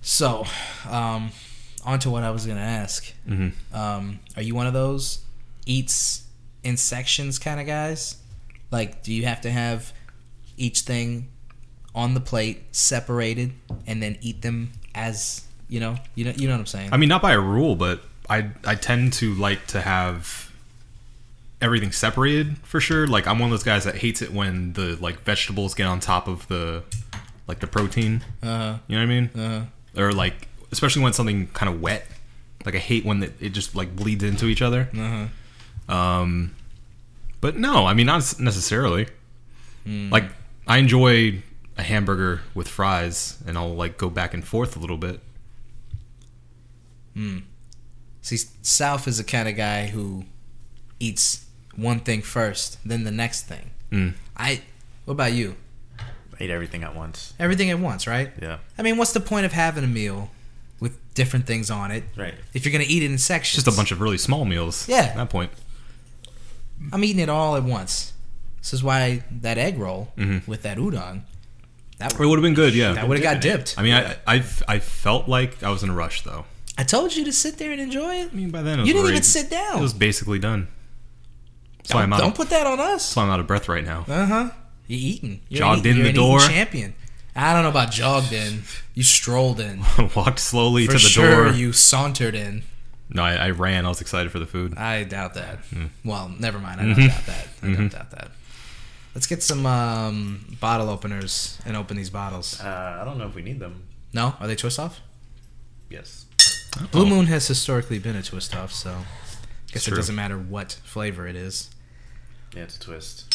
So, um, on to what I was gonna ask. Mm-hmm. Um, are you one of those eats in sections kind of guys? Like, do you have to have each thing on the plate separated and then eat them as you know? You know, you know what I'm saying? I mean, not by a rule, but I I tend to like to have everything separated for sure. Like I'm one of those guys that hates it when the like vegetables get on top of the like the protein. Uh, You know what I mean? uh, Or like especially when it's something kind of wet. Like I hate when it, it just like bleeds into each other. uh-huh. Um, but no, I mean not s- necessarily. Like I enjoy a hamburger with fries, and I'll like go back and forth a little bit. See, South is the kind of guy who eats one thing first, then the next thing. Mm. I. What about you? I eat everything at once. Everything at once, right? Yeah. I mean, what's the point of having a meal with different things on it Right. if you're gonna eat it in sections? Just a bunch of really small meals. Yeah. At that point. I'm eating it all at once. This is why that egg roll Mhm. with that udon that It would have been good, that yeah. would have got dipped. I mean, I, I, I felt like I was in a rush, though. I told you to sit there and enjoy it. I mean, by then it was You didn't already- even sit down. It was basically done. That's why don't, I'm out. don't Of, put that on us. that's why I'm out of breath right now. Uh huh. You're eating. You're Jogged eating. in You're the an eating door. champion. I don't know about jogged in. You strolled in. Walked slowly For to the sure, door. you sauntered in. no, I, I ran. I was excited for the food. I doubt that. Hmm. Well, never mind. I don't Mm-hmm. doubt that. I don't doubt that. Let's get some um, bottle openers and open these bottles. Uh, I don't know if we need them. No, are they twist off? Yes. Blue Oh. Moon has historically been a twist off, so guess it true. doesn't matter what flavor it is. Yeah, it's a twist.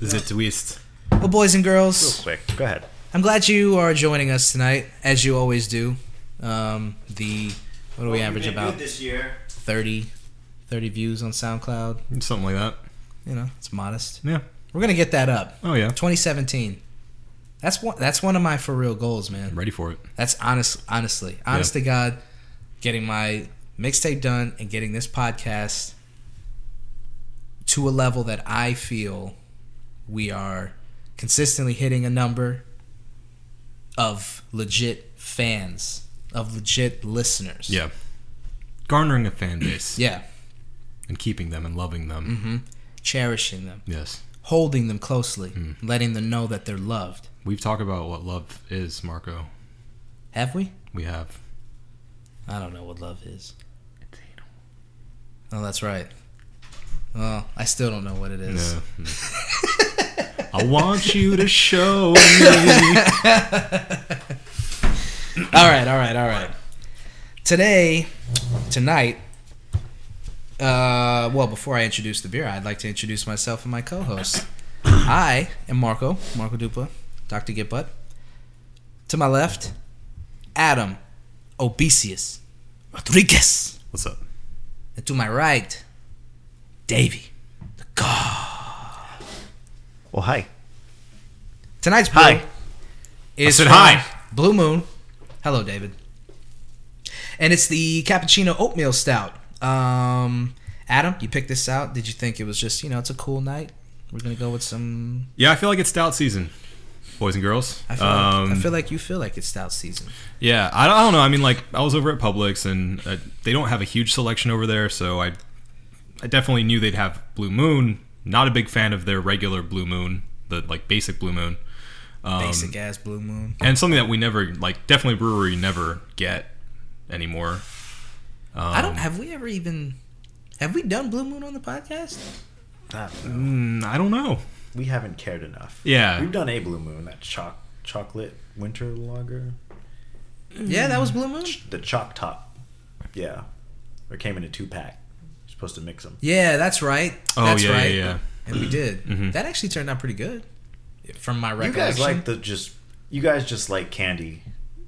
Is it twist? Well, boys and Real girls, quick. Go ahead. I'm glad you are joining us tonight, as you always do. Um, the what do Oh, we average about this year. 30, 30 views on SoundCloud? Something like that. You know, it's modest. Yeah. We're gonna get that up. Oh yeah. 2017. That's one. That's one of my for real goals, I'm man. ready for it. That's honest, honestly, honest to God, getting my mixtape done and getting this podcast to a level that I feel we are consistently hitting a number of legit fans, of legit listeners. Yeah. Garnering a fan base yeah, Mm. and keeping them and loving them. cherishing them, Yes. holding them closely, Hmm. letting them know that they're loved. We've talked about what love is, Marco. Have we? We have. I don't know what love is. Oh, that's right. Well, I still don't know what it is. No. I want you to show me. all right, all right, all right. Today, tonight, uh, well, before I introduce the beer, I'd like to introduce myself and my co host. I am Marco, Marco Dupla, Dr. Gitbutt. To my left, Adam Obesius Rodriguez. What's up? And to my right, Davey, the God. Well, hi. Tonight's brew Hi. is I said from hi. Blue Moon. Hello, David. And it's the cappuccino oatmeal stout. Um, Adam, you picked this out. Did you think it was just you know it's a cool night? We're gonna go with some. Yeah, I feel like it's stout season, boys and girls. I feel, um, like, I feel like you feel like it's stout season. yeah, I don't, I don't know. I mean, like I was over at Publix, and uh, they don't have a huge selection over there, so I, I definitely knew they'd have Blue Moon. Not a big fan of their regular Blue Moon, the like basic Blue Moon, um, Basic ass Blue Moon. and something that we never like. Definitely brewery never get anymore. I um, don't. Have we ever even? Have we done Blue Moon on the podcast? Ah, Mm, I don't know. we haven't cared enough. Yeah. We've done a blue moon, that choc chocolate winter lager, Mm. Yeah, that was Blue Moon. the choc top. Yeah. It came in a two pack. You're supposed to mix them. Yeah, that's right. Oh, that's yeah, yeah, right. yeah. And we did. Mhm. That actually turned out pretty good, from my You recollection. guys like the just. You guys just like candy,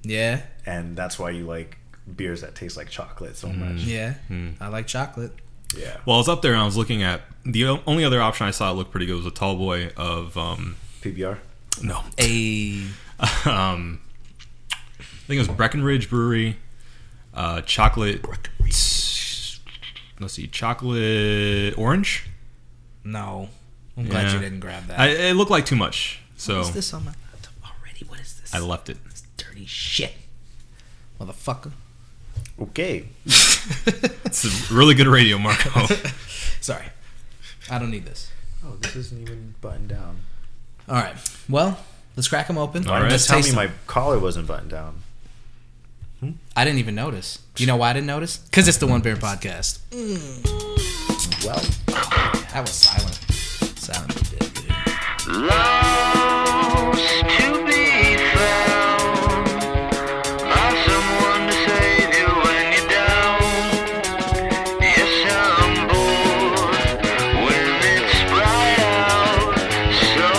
yeah. and that's why you like beers that taste like chocolate so much. Yeah, Hmm. I like chocolate. Yeah. Well, I was up there and I was looking at the o- only other option I saw that looked pretty good was a tall boy of um PBR. no A um I think it was Breckenridge Brewery uh chocolate let's see chocolate orange no. I'm glad Yeah. you didn't grab that. I, it looked like too much so What's this on my laptop already? What is this? I left it this dirty shit. motherfucker. Okay. It's a really good radio, Marco. Sorry, I don't need this. Oh, this isn't even buttoned down. All right, well, let's crack them open. All Let's right. Just tell me taste 'em. my collar wasn't buttoned down. I didn't even notice. You know why I didn't notice? Because it's the One Beer Podcast. Well, That was silent. Silent. Lost to be found by someone to save you when you're down. Yes, I'm bored when it's bright out. So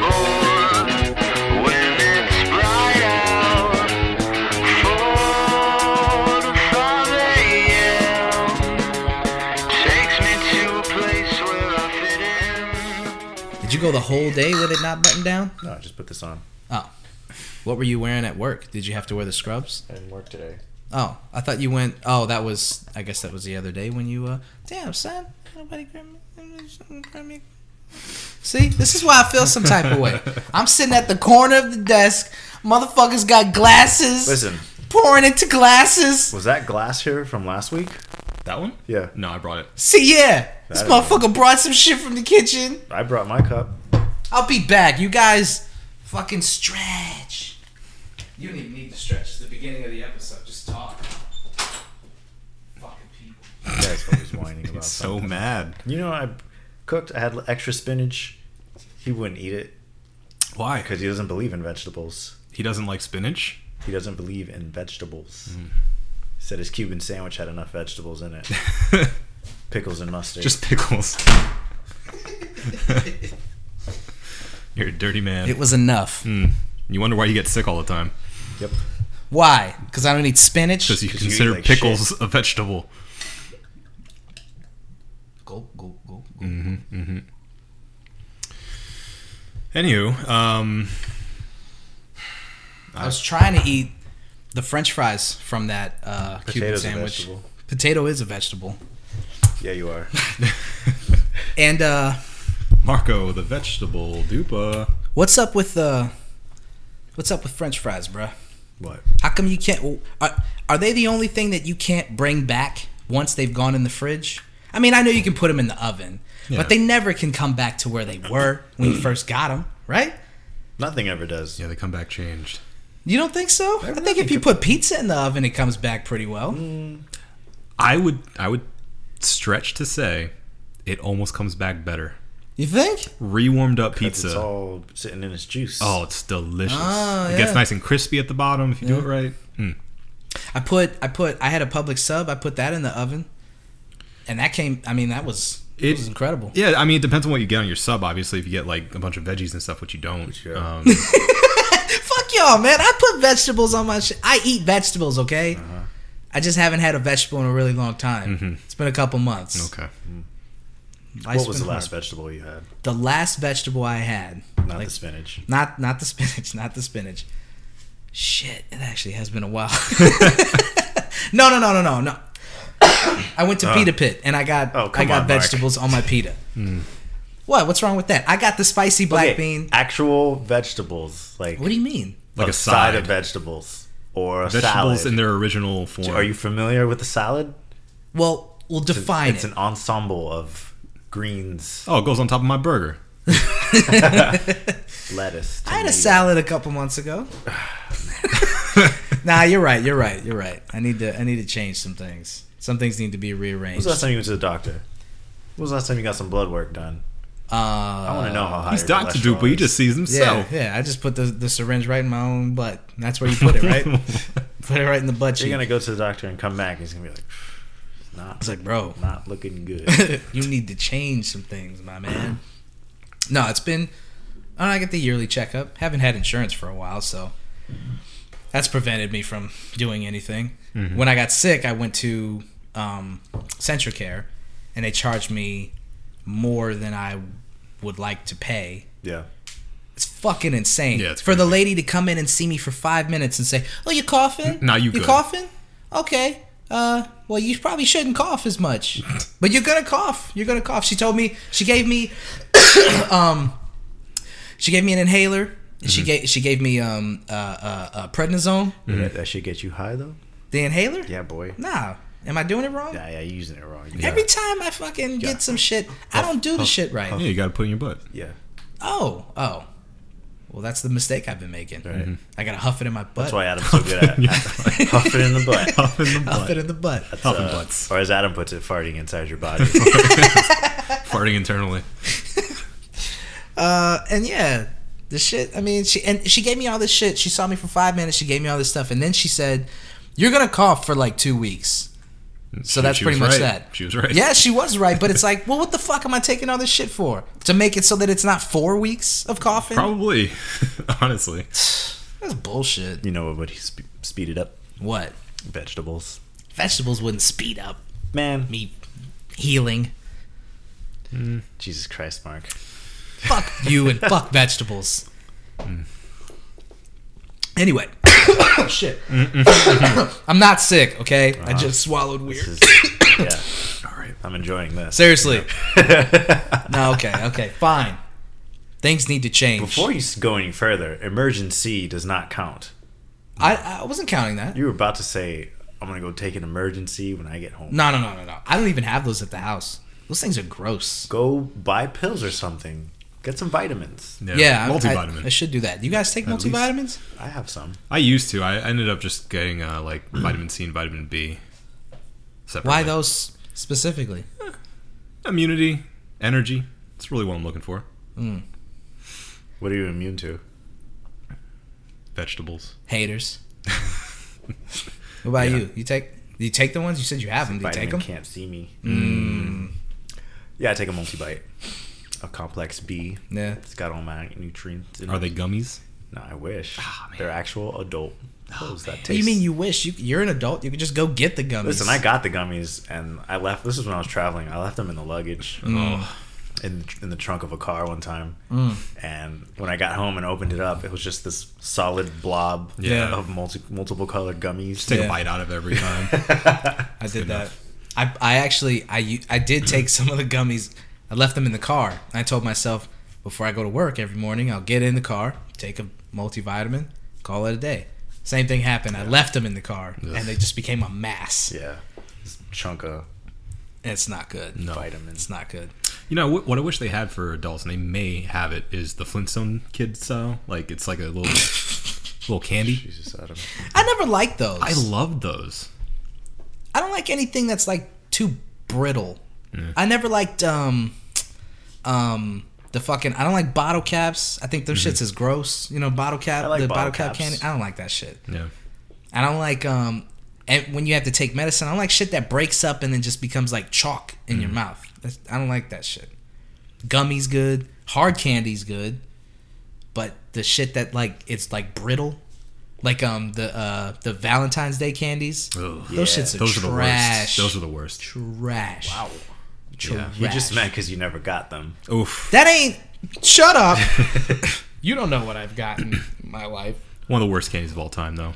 bored when it's bright out. Four to five a.m. takes me to a place where I fit in. Did you go the whole day with it not buttoned down? no, I just put this on. Oh. What were you wearing at work? Did you have to wear the scrubs? I didn't work today. Oh, I thought you went. Oh, that was. I guess that was the other day when you. uh Damn, son. Nobody grab me. nobody grab me. See, this is why I feel some type of way. I'm sitting at the corner of the desk. Motherfuckers got glasses. Listen, Pouring into glasses. was that glass here from last week? that one? Yeah. No, I brought it. See, yeah. This That is- motherfucker brought some shit from the kitchen. I brought my cup. I'll be back. You guys fucking stretch. You don't even need to stretch. It's the beginning of the episode. Just talk. Fucking people. You guys always whining about He's something. so mad. You know, I cooked. I had extra spinach. He wouldn't eat it Why? because he doesn't believe in vegetables. he doesn't like spinach. He doesn't believe in vegetables. Mm. Said his Cuban sandwich had enough vegetables in it, pickles and mustard. Just pickles. You're a dirty man. It was enough. Mm. You wonder why you get sick all the time. yep. Why? Because I don't eat spinach. Because you 'Cause you eat consider like pickles a vegetable. Go, go, go. Anywho, um, I was trying to eat the French fries from that uh, Cuban Potatoes and sandwich. vegetable. Potato is a vegetable. Yeah, you are. And uh, Marco the vegetable dupa. what's up with uh, what's up with French fries, bruh? what? How come you can't? Are, are they the only thing that you can't bring back once they've gone in the fridge? I mean, I know you can put them in the oven, Yeah. but they never can come back to where they were when you first got them, right? Nothing ever does. Yeah, they come back changed. You don't think so? I think if you put pizza in the oven, it comes back pretty well. I would I would stretch to say it almost comes back better. You think? Rewarmed up 'Cause It's pizza. all sitting in its juice. Oh, it's delicious. Ah, It gets yeah. nice and crispy at the bottom if you do it right. Mm. I put I put I had a public sub. I put that in the oven, and that came. I mean, that was it, It- was incredible. Yeah, I mean it depends on what you get on your sub. Obviously, if you get like a bunch of veggies and stuff, which you don't. you don't. um, Fuck y'all, man. I put vegetables on my shit. I eat vegetables, okay? I just haven't had a vegetable in a really long time. It's been a couple months. okay. Life's what was been the last hard. vegetable you had? The last vegetable I had. Not like, the spinach. Not not the spinach, not the spinach. Shit, it actually has been a while. no, no, no, no, no, no. I went to Pita Pit and I got Uh. Oh, come I got on, Mark. Hmm. vegetables on my pita. What? What's wrong with that? I got the spicy black Okay, bean. Actual vegetables, like What do you mean? Like a, a side. side. of vegetables or a Vegetables salad. in their original form. Are you familiar with the salad? Well, we'll define it's it. an ensemble of greens, Oh, it goes on top of my burger. lettuce. I had a salad a couple months ago. nah, you're right. You're right. You're right. I need to I need to change some things. Some things need to be When was rearranged. the last time you went to the doctor? When was the last time you got some blood work done? Uh, I want to know how high Uh, He's your Doctor cholesterol Dupa. He is. just sees Yeah, himself. yeah. I just put the, the syringe right in my own butt. That's where you put it, right? put it right in the butt cheek. You're gonna go to the doctor and come back. He's gonna be like, not, It's like, bro, not looking good. you need to change some things, my man. No, it's been. I, don't know, I get the yearly checkup. Haven't had insurance for a while, so that's prevented me from doing anything. When I got sick, I went to um, Centricare, and they charged me more than I would like to pay. yeah. It's fucking insane. Yeah, it's for the crazy. lady to come in and see me for five minutes and say, "Oh, you coughing? No, you you good." coughing? Okay. Uh, well, you probably shouldn't cough as much, but you're gonna cough. You're gonna cough." She told me. She gave me. um, she gave me an inhaler Mm-hmm. She gave she gave me um uh, uh, uh prednisone, That, that should get you high though. the inhaler. Yeah, boy. Nah, am I doing it wrong? Yeah, yeah, you're using it wrong. Every time I fucking get some shit, I don't do the shit right. Yeah, you got to put it in your butt. Yeah, Oh, oh. Well, that's the mistake I've been making. right. I gotta huff it in my butt. That's why Adam's so good at it. huff it in the butt. Huff in the huff it butt. in the butt. Huffing butts. Or as Adam puts it, farting inside your body. Farting internally. Uh, and yeah, the shit. I mean, she and she gave me all this shit. She saw me for five minutes. She gave me all this stuff, and then she said, "You're gonna cough for like two weeks." So She- that's she pretty much was right. that. She was right. Yeah, she was right, but it's like, well, what the fuck am I taking all this shit for? To make it so that it's not four weeks of coughing? Probably. Honestly. That's bullshit. you know what would he sp- speed it up? What? Vegetables. Vegetables wouldn't speed up Man, me healing. Jesus Christ, Mark. fuck you and fuck vegetables. Anyway, shit. I'm not sick, okay? I Uh-huh. just swallowed weird. This is, yeah, All right. I'm enjoying this. Seriously. no, okay, okay, fine. Things need to change. Before you s- go any further, emergency does not count. I, I wasn't counting that. You were about to say, I'm going to go take an emergency when I get home. No, no, no, no, no. I don't even have those at the house. Those things are gross. Go buy pills or something. Get some vitamins. Yeah, I, multivitamin. I, I should do that. You guys take least. multivitamins? I have some. I used to. I ended up just getting uh, like vitamin C and vitamin B. Separately. Why those specifically? Immunity, energy. That's really what I'm looking for. What are you immune to? Vegetables. Haters. what about you? You take you take the ones you said you have them. Do you Vitamin take them? can't see me. Mm. Yeah, I take a multi-bite. A complex B. Yeah. It's got all my nutrients. In Are it. they gummies? No, I wish. Ah, man. They're actual adult. pills that What do you taste- mean you wish? You, you're an adult. You could just go get the gummies. Listen, I got the gummies and I left. This is when I was traveling. I left them in the luggage. Mm. Oh, in the, in the trunk of a car one time, Mm. and when I got home and opened it up, it was just this solid blob Yeah. of multi, multiple colored gummies. take Yeah. a bite out of every time. I did good that. enough. I, I actually I u- I did take some of the gummies. I left them in the car. I told myself before I go to work every morning, I'll get in the car, take a multivitamin, call it a day. Same thing happened. I left them in the car, and they just became a mass. Yeah, this chunk of And it's not good. No. It's vitamins. not good. You know what, what I wish they had for adults, and they may have it, is the Flintstone kid style. Like it's like a little little candy. Jesus, Adam. I never liked those. I loved those. I don't like anything that's like too brittle. I never liked um um the fucking I don't like bottle caps. I think those shits is gross. You know, bottle cap I like the bottle bottle cap caps. candy. I don't like that shit. Yeah. I don't like um and when you have to take medicine, I don't like shit that breaks up and then just becomes like chalk in Mm-hmm. your mouth. That's, I don't like that shit. Gummies good, hard candy's good, but the shit that like it's like brittle, like um the uh the Valentine's Day candies, Ugh. those Yeah, shits are Those are the trash. worst. Those are the worst. Trash. Wow. Yeah. You just meant because you never got them. Oof. That ain't. Shut up. you don't know what I've gotten in my life. One of the worst candies of all time, though.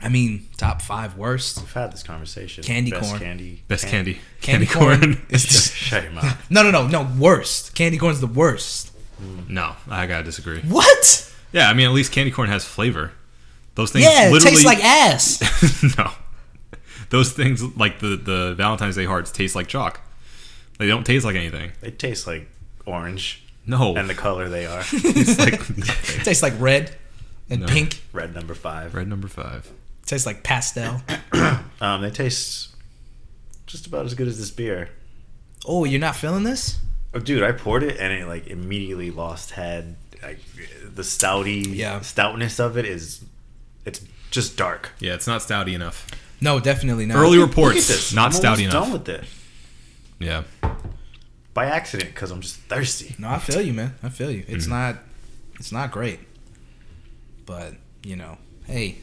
I mean, top five worst. We've had this conversation. Candy Best corn. Candy. Best can- candy. Candy corn. It's just- Shut your mouth. No, no, no, no. Worst. Candy corn's the worst. no, I gotta disagree. What? Yeah, I mean, at least candy corn has flavor. Those things yeah, it literally tastes like ass. no. Those things like the the Valentine's Day hearts taste like chalk. They don't taste like anything. They taste like orange No, and the color they are. it's like nothing. It tastes like red and No. pink. It Red number five. Red number five. tastes like pastel. Um, they taste just about as good as this beer. Oh, you're not feeling this? Oh, dude, I poured it and it like immediately lost head. Like the stouty Yeah. stoutness of it is, it's just dark. Yeah, it's not stouty enough. No, definitely not. Early Look reports, at this. not I'm stouty almost enough. Done with it Yeah, by accident because I'm just thirsty. No, I feel you, man. I feel you. It's not. It's not great. But you know, hey,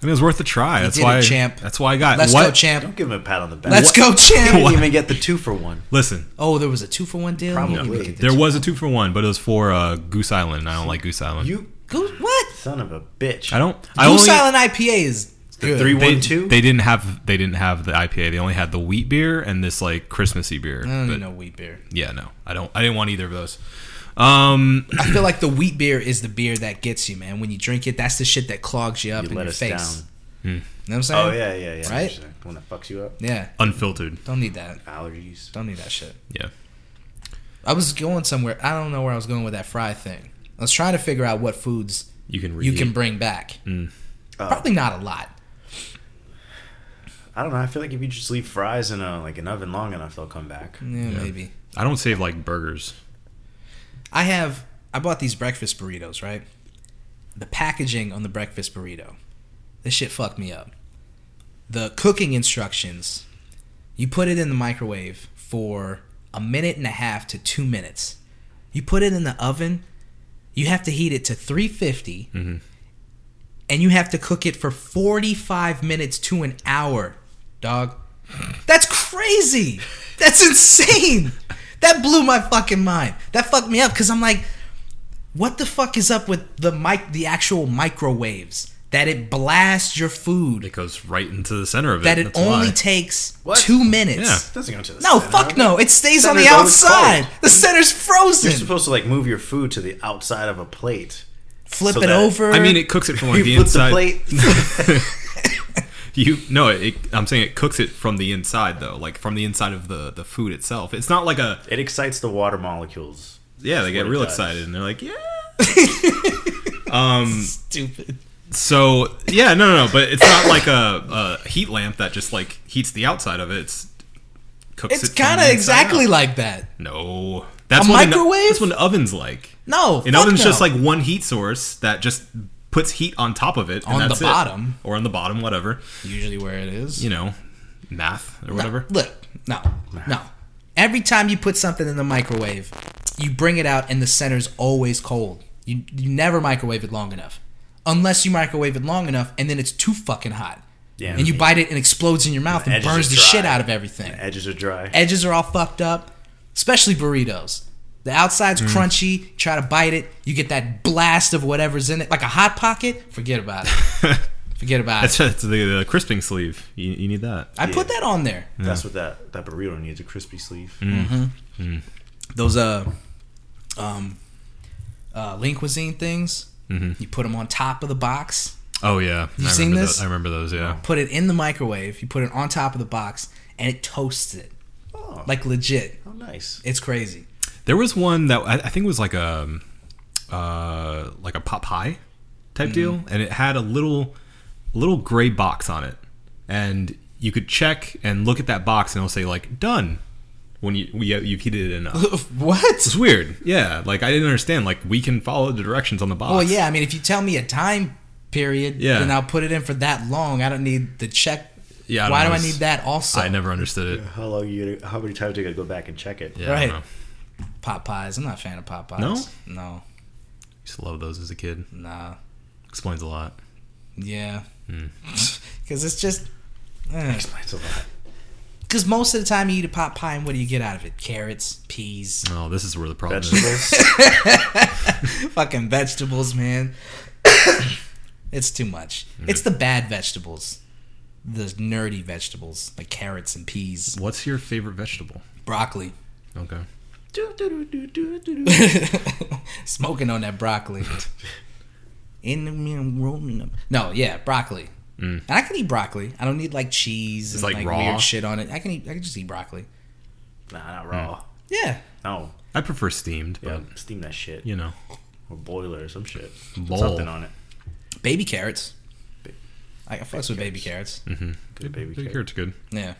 I mean, it was worth a try. That's did it, why. champ. That's why I got. let's Uh, what? go, champ. Don't give him a pat on the back. Let's go, You champ. didn't even get the two for one. Listen, Oh, there was a two for one deal. Probably. You can look at there this. was a two for one, but it was for uh, Goose Island, and I don't like Goose Island. You Goose, what? son of a bitch. I don't. I Goose only, Island IPA is good. three- They, One, two? they didn't have they didn't have the IPA. They only had the wheat beer and this like Christmassy beer. I don't but- even Oh, know wheat beer. Yeah, no, I don't. I didn't want either of those. Um, I feel like the wheat beer is the beer that gets you, man. When you drink it, that's the shit that clogs you up You in let your us face. down. You know what I'm saying? Oh yeah, yeah, yeah. Right? Sure. The one that fucks you up. Yeah. unfiltered. Don't need that. Allergies. Don't need that shit. Yeah. I was going somewhere. I don't know where I was going with that fry thing. I was trying to figure out what foods You can you reheat. can bring back. Oh. Probably not a lot. I don't know. I feel like if you just leave fries in a like an oven long enough, they'll come back. Yeah, maybe. I don't save like burgers. I have. I bought these breakfast burritos, right? The packaging on the breakfast burrito, this shit fucked me up. The cooking instructions, you put it in the microwave for a minute and a half to two minutes. You put it in the oven, you have to heat it to 350, and you have to cook it for 45 minutes to an hour, dog. That's crazy. That's insane. That blew my fucking mind. That fucked me up because I'm like, what the fuck is up with the mic, the actual microwaves that it blasts your food? It goes right into the center of it. That it That's only why. takes What? two minutes. Yeah. It doesn't go to the No, center of fuck it. no. It stays on the Center's always outside. closed. The center's You're frozen. supposed to like move your food to the outside of a plate. Flip so it that- over. I mean, it cooks it from like You the flip the inside. plate. You no, it, I'm saying it cooks it from the inside though, like from the inside of the the food itself. It's not like a It excites the water molecules. yeah. They That's get what it real does. excited and they're like yeah. stupid. So yeah, no, no, no. But it's not like a, a heat lamp that just like heats the outside of it. It's cooks It's it from kind of the inside exactly out. like that. no. That's A what an- microwave? that's what an oven's like. No, An fuck oven's no. just like one heat source that just puts heat on top of it and On the that's it. bottom. or on the bottom, whatever. usually where it is. You know, math or No, whatever. Look, no, no. Every time you put something in the microwave, you bring it out and the center's always cold. You, you never microwave it long enough. Unless you microwave it long enough and then it's too fucking hot. Yeah. and you bite it and it explodes in your mouth The and edges burns are the dry. shit out of everything. Edges are dry. Edges are all fucked up, especially burritos. The outside's crunchy, try to bite it, you get that blast of whatever's in it. Like a hot pocket, forget about it. forget about That's, it. that's the, the crisping sleeve. You, you need that. I put Yeah. that on there. That's what that that burrito needs—a crispy sleeve. Mm. those uh um uh lean cuisine things you put them on top of the box Oh yeah, you I seen remember this? tho- I remember those. Yeah, put it in the microwave you put it on top of the box and it toasts it Oh, like legit how nice. it's crazy there was one that I, I think was like a um, uh, like a pot pie Mm-hmm. type deal, and it had a little little gray box on it, and you could check and look at that box, and it'll say like done when you when you- you've heated it enough. what It's weird. Yeah, like I didn't understand. Like we can follow the directions on the box. well Oh, yeah i mean if you tell me a time period Yeah. then i'll put it in for that long i don't need the check Yeah, I why don't do know, i need it's- that also I never understood it. How long you? gotta- How many times do you got to go back and check it? Yeah, I don't Right. know. pop pies i'm not a fan of pop pies No? no used to love those as a kid. nah Explains a lot. yeah Hmm. because it's just eh. Explains a lot. Because most of the time you eat a pot pie, and what do you get out of it? Carrots, peas, Oh, this is where the problem is. Vegetables. fucking vegetables, man. it's too much. Hmm. It's the bad vegetables, the nerdy vegetables like carrots and peas, What's your favorite vegetable? broccoli. Okay. Do, do, do, do, do, do. Smoking on that broccoli. In the room, rolling up. No, yeah, broccoli. And I can eat broccoli. I don't need like cheese and like, like, raw? weird shit on it. I can eat. I can just eat broccoli. Nah, not Mm. raw. Yeah, No. I prefer steamed, but Yeah, steam that shit. you know, Or boiler or some shit. Put Lol. Something on it. baby carrots. Ba- I I fucks with baby carrots. Good baby Baby cake. carrot's good. Yeah.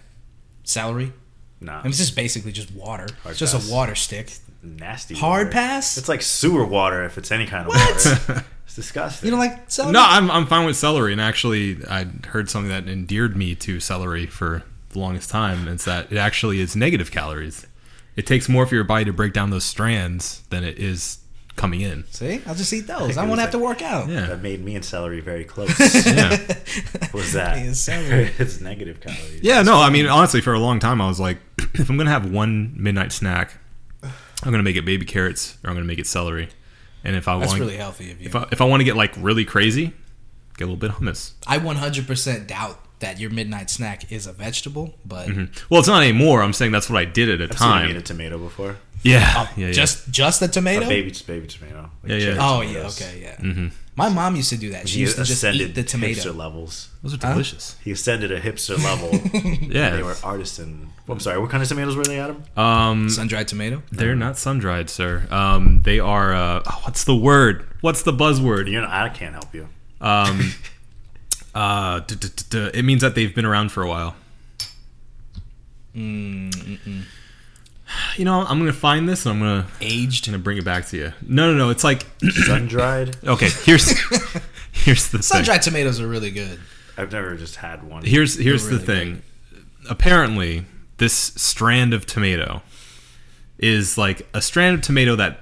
Celery. Nah. I mean, it's just basically just water. Hard it's just pass. a water stick. nasty. Hard water. pass? It's like sewer water if it's any kind of What? water. It's disgusting. You know, like celery. No, I'm, I'm fine with celery, and actually, I heard something that endeared me to celery for the longest time. and It's that it actually is negative calories. It takes more for your body to break down those strands than it is coming in. See, I'll just eat those. think I, it won't was have to work out. Yeah. that made me and celery very close. Yeah. was that? Me and celery. it's negative calories. Yeah, no, I mean honestly, for a long time, I was like, if I'm gonna have one midnight snack, I'm gonna make it baby carrots or I'm gonna make it celery, and if I That's want, really healthy of you. if I, if I want to get like really crazy, get a little bit of hummus. I 100% doubt that your midnight snack is a vegetable, but Well, it's not anymore. I'm saying that's what I did at a I've seen you time. eat a tomato before. Yeah. yeah, yeah. Oh, just just the tomato. A baby, baby tomato. Like Yeah, yeah. cherry oh yeah, tomatoes. okay, yeah. Mm-hmm. My mom used to do that. She He used to just ascended eat the hipster tomato. levels. those are delicious. He ascended a hipster level. They Yeah. were artisan. well, I'm sorry. What kind of tomatoes were they, Adam? Uh, Um, Sun dried tomato. they're not sun dried, sir. Um, they are. Uh, oh, what's the word? What's the buzzword? You know, I can't help you. Um, uh, duh, duh, duh, duh. it means that they've been around for a while. You know, I'm gonna find this and I'm gonna Aged. gonna bring it back to you. No, no, no. It's like Sun dried. okay. Here's here's the Sun thing. dried tomatoes are really good. I've never just had one. Here's here's really the thing. Apparently, this strand of tomato is like a strand of tomato that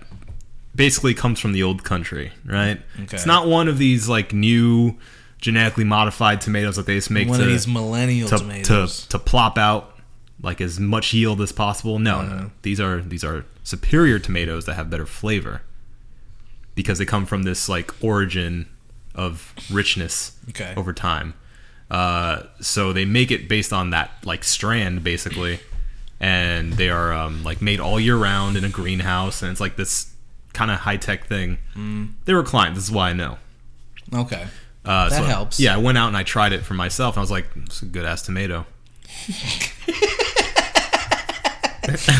basically comes from the old country, right? Okay. It's not one of these like new genetically modified tomatoes that they just make One to, of these millennial to, to tomatoes. to plop out like as much yield as possible. No, no, Uh-huh. no. These are these are superior tomatoes that have better flavor because they come from this like origin of richness Okay. over time. Uh, so they make it based on that like strand basically, and they are um, like made all year round in a greenhouse, and it's like this kind of high tech thing. They were climbed. This is why I know. Okay. Uh, That so- helps. Yeah, I went out and I tried it for myself, and I was like, "It's a good ass tomato."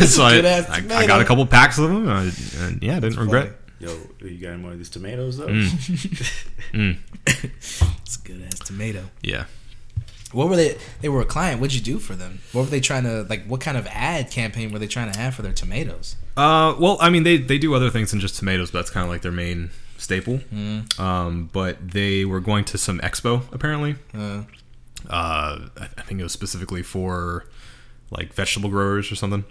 so I, good-ass I, I tomato. got a couple packs of them. And I, and yeah, I didn't regret. it. Yo, you got any more of these tomatoes though? Mm. It's good ass tomato. Yeah, What were they? They were a client. What'd you do for them? What were they trying to like? What kind of ad campaign were they trying to have for their tomatoes? Uh, well, I mean, they they do other things than just tomatoes, but that's kind of like their main staple. Mm. Um, but they were going to some expo apparently. Uh, Uh, I, I think it was specifically for like vegetable growers or something.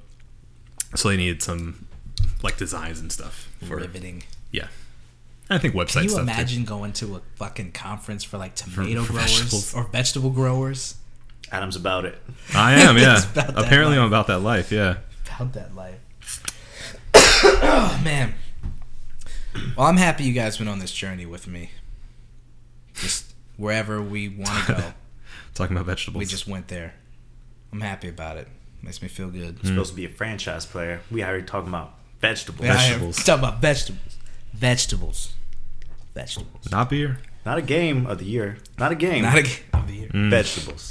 So they needed some like designs and stuff for riveting. yeah. I think website Can you stuff too. imagine going to a fucking conference for like tomato for growers vegetables. or vegetable growers? Adam's about it. I am, yeah. It's about that Apparently, life. I'm about that life, yeah. Found that life. oh man. Well, I'm happy you guys went on this journey with me. Just wherever we want to go, Talking about vegetables. we just went there. I'm happy about it. Makes me feel good. Supposed to be a franchise player. We already talking about vegetables. Yeah, I am. Vegetables. Talking about vegetables. Vegetables. Vegetables. not beer. Not a game of the year. Not a game. Mm. Not a Mm. game of the year. Vegetables.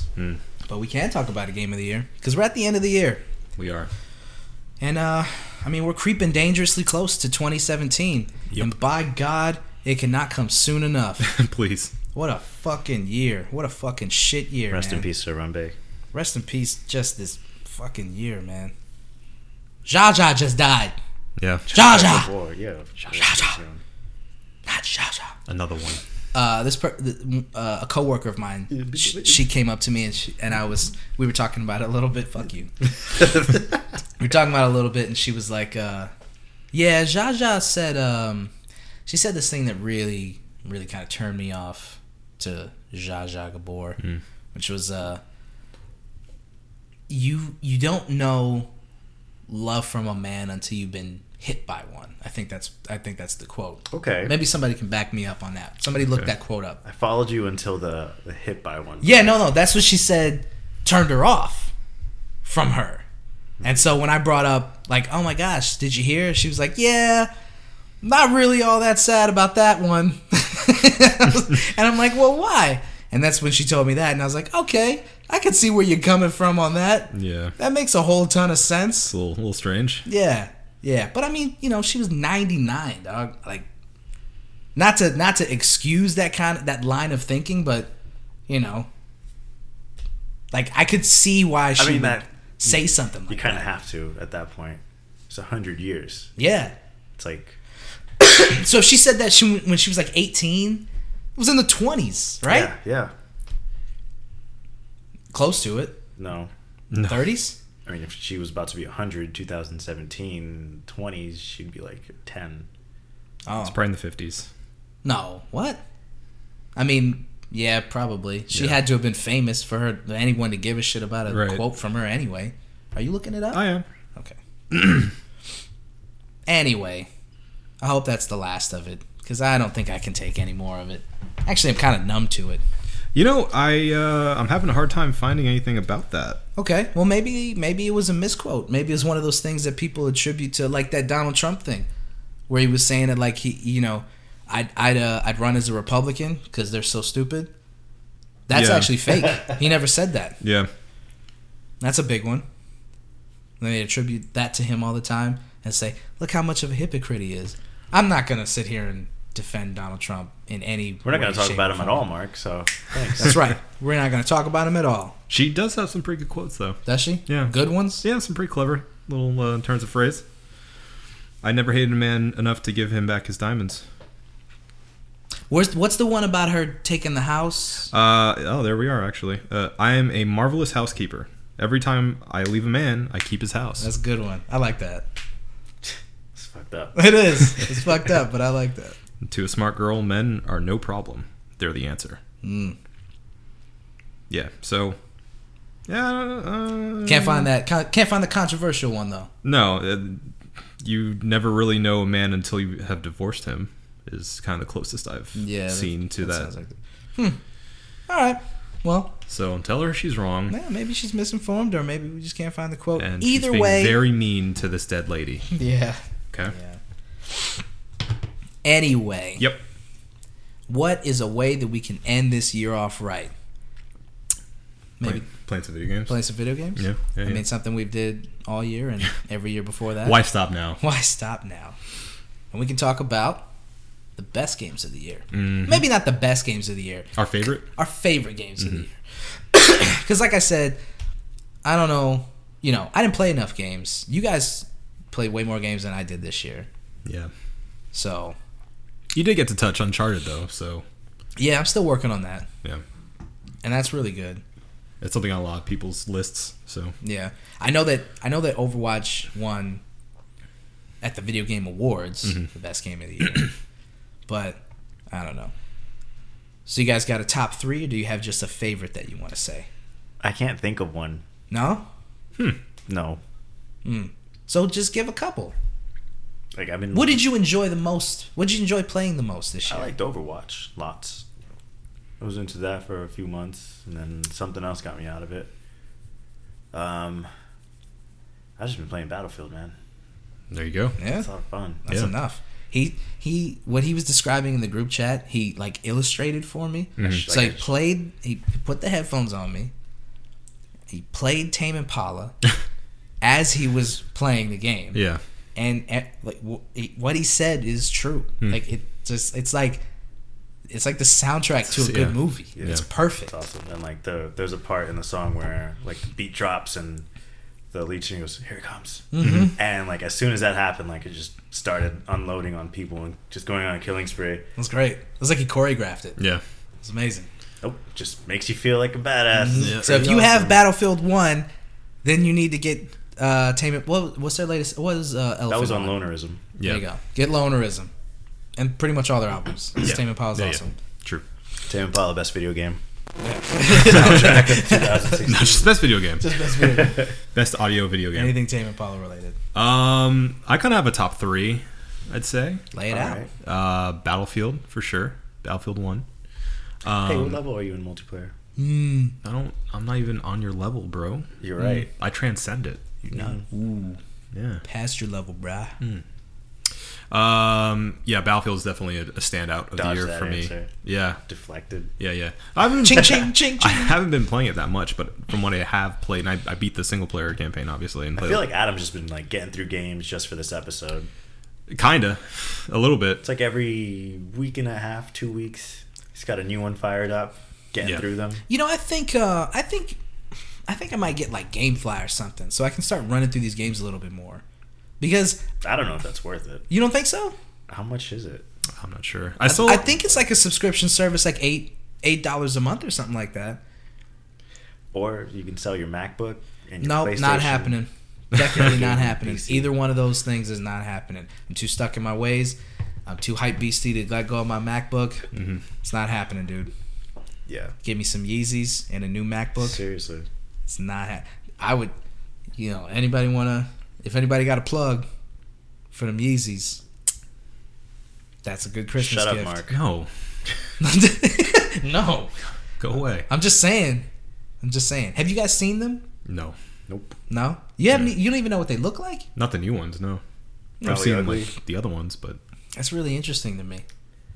But we can talk about a game of the year because we're at the end of the year. We are. And uh, I mean, we're creeping dangerously close to 2017. And by God, it cannot come soon enough. Please. what a fucking year. What a fucking shit year. Rest in man. peace, Sir Rumbay. Rest in peace, just this fucking year, man. Zsa Zsa just died. Yeah. Zsa Zsa! War, yeah. Not Zsa Zsa. Another one. uh, this per- th- uh, a coworker of mine, sh- she came up to me and she, and I was we were talking about it a little bit. Fuck you. we were talking about it a little bit, and she was like, uh, "Yeah, Zsa Zsa said um, she said this thing that really really kind of turned me off to Zsa Zsa Gabor, which was uh, you you don't know love from a man until you've been hit by one. I think that's I think that's the quote. Okay. Maybe somebody can back me up on that. Somebody look that quote up. I followed you until the, the hit by one. Yeah, no, no. That's what she said turned her off from her. And so when I brought up, like, oh my gosh, did you hear? She was like, yeah, not really all that sad about that one. and I'm like, well, why? And that's when she told me that. And I was like, okay, I can see where you're coming from on that. Yeah. It's That makes a whole ton of sense. a little, little strange. Yeah, yeah. But I mean, you know, she was ninety nine, dog. Like, not to not to excuse that kind of, that line of thinking, but you know, like I could see why she I mean would that say something you like kind that. of have to at that point. It's a hundred years. Yeah. It's like So if she said that she when she was like eighteen, it was in the twenties, right? yeah, yeah. Close to it, No, thirties. I mean if she was about to be 100, 2017, 20s, she'd be like ten. Oh Probably in the 50s. no, what? I mean. Yeah, probably. She Yeah. had to have been famous for her anyone to give a shit about a Right. quote from her anyway. Are you looking it up? I am. Okay. anyway, I hope that's the last of it because I don't think I can take any more of it. Actually, I'm kind of numb to it. You know, I uh, I'm having a hard time finding anything about that. Okay. Well, maybe maybe it was a misquote. Maybe it's one of those things that people attribute to like that Donald Trump thing, where he was saying that like he, you know, I'd I'd uh, I'd run as a Republican because they're so stupid. That's Yeah. actually fake. he never said that. Yeah. That's a big one. And they attribute that to him all the time and say, "Look how much of a hypocrite he is." I'm not gonna sit here and defend Donald Trump in any. We're not way, going to talk shape, about or him at form. all, Mark. So thanks. That's right. We're not gonna talk about him at all. She does have some pretty good quotes though. Does she? Yeah. Good ones. Yeah, some pretty clever little uh, turns of phrase. I never hated a man enough to give him back his diamonds. Where's what's the one about her taking the house? Uh, oh, there we are. Actually, uh, I am a marvelous housekeeper. Every time I leave a man, I keep his house. That's a good one. I like that. It's fucked up. It is. It's fucked up, but I like that. to a smart girl, men are no problem. They're the answer. Mm. Yeah. So. Yeah. I don't- Uh, Can't find that. con- Can't find the controversial one though. No, uh, you never really know a man until you have divorced him. Is kind of the closest I've Yeah. seen to that. sounds like that. Hmm. All right. Well, so tell her she's wrong. yeah, maybe she's misinformed, or maybe we just can't find the quote. and she's Either being way, very mean to this dead lady. yeah. Okay. Yeah. Anyway, Yep. what is a way that we can end this year off right? Maybe Play- playing some video games. play some video games. Yeah. yeah, I yeah. mean, uh, it's something we've did all year and every year before that. Why stop now? Why stop now? And we can talk about the best games of the year. Mhm. Maybe not the best games of the year, Our favorite. our favorite games of the year. Because, like I said, I don't know. You know, I didn't play enough games. You guys played way more games than I did this year. Yeah. So, You did get to touch Uncharted though, so yeah, I'm still working on that. Yeah. And that's really good. it's something on a lot of people's lists. So Yeah. I know that I know that Overwatch won at the Video Game Awards the best game of the year. but I don't know. So you guys got a top 3 or do you have just a favorite that you want to say? I can't think of one. No? No. So just give a couple. Like I've been. What did you enjoy the most? What did you enjoy playing the most this I year? liked Overwatch lots. I was into that for a few months, and then something else got me out of it. Um, I've just been playing Battlefield, man. there you go. yeah. It's a lot of fun. That's Yeah. enough. He he what he was describing in the group chat, he like illustrated for me. Mm, Mm-hmm. Mhm. So he Like- played he put the headphones on me. He played Tame Impala as he was playing the game. Yeah. And eh, like wh- he- what he said is true. Hmm. Like it just it's like it's like the soundtrack to a Yeah. good movie. Yeah. It's Yeah. perfect. It's awesome. And like the there's a part in the song where like the beat drops and the lead singer goes, "Here it comes," Mm-hmm. and like as soon as that happened, like it just started unloading on people and just going on a killing spree. It was great. It was like he choreographed it. Yeah. It was amazing. Nope, just makes you feel like a badass. Yeah. So if Pretty you have awesome. Battlefield One, then you need to get uh Tame. Im- What what's their latest? What was uh, Elephant that was on One? Lonerism. There Yeah. you go. Get Lonerism, and pretty much all their albums. 'Cause Yeah. Tame Impala's Yeah, yeah. awesome. True. Tame Impala best video game. Yeah. Not 2016. just best video game. Just best video. Best audio video game. Anything Tame Impala related. Um, I kind of have a top three. I'd say Lay it All out. right. uh, Battlefield for sure. Battlefield One. Um, hey, what level are you in multiplayer? Mm. I don't. I'm not even on your level, bro. You're right. I transcend it. No. Ooh, Yeah. past your level, bruh. Um. Yeah. Battlefield is definitely a, a standout of Dodge the year that for me. answer. Yeah. Deflected. Yeah. Yeah. I haven't. Ching ching ching I ching. haven't been playing it that much, but from what I have played, and I, I beat the single player campaign obviously, and I played feel like Adam's just been like getting through games just for this episode. kinda, a little bit. It's like every week and a half, two weeks, he's got a new one fired up, getting Yeah. through them. You know, I think uh, I think I think I might get like GameFly or something, so I can start running through these games a little bit more. Because I don't know if that's worth it. you don't think so? How much is it? I'm not sure. I still. I think it's like a subscription service, like eight eight dollars a month or something like that. Or you can sell your MacBook and your No, PlayStation. not happening. Definitely not happening. PC. Either one of those things is not happening. I'm too stuck in my ways. I'm too hype beasty to let go of my MacBook. It's not happening, dude. Yeah. Give me some Yeezys and a new MacBook. Seriously. It's not. Ha- I would, you know, anybody wanna? If anybody got a plug for them Yeezys, that's a good Christmas Shut up, gift. Mark. no. no, Go away. I'm just saying. I'm just saying. Have you guys seen them? No, Nope. No. You haven't. e, You don't even know what they look like. not the new ones. No, I've Probably seen ugly. like the other ones, but That's really interesting to me.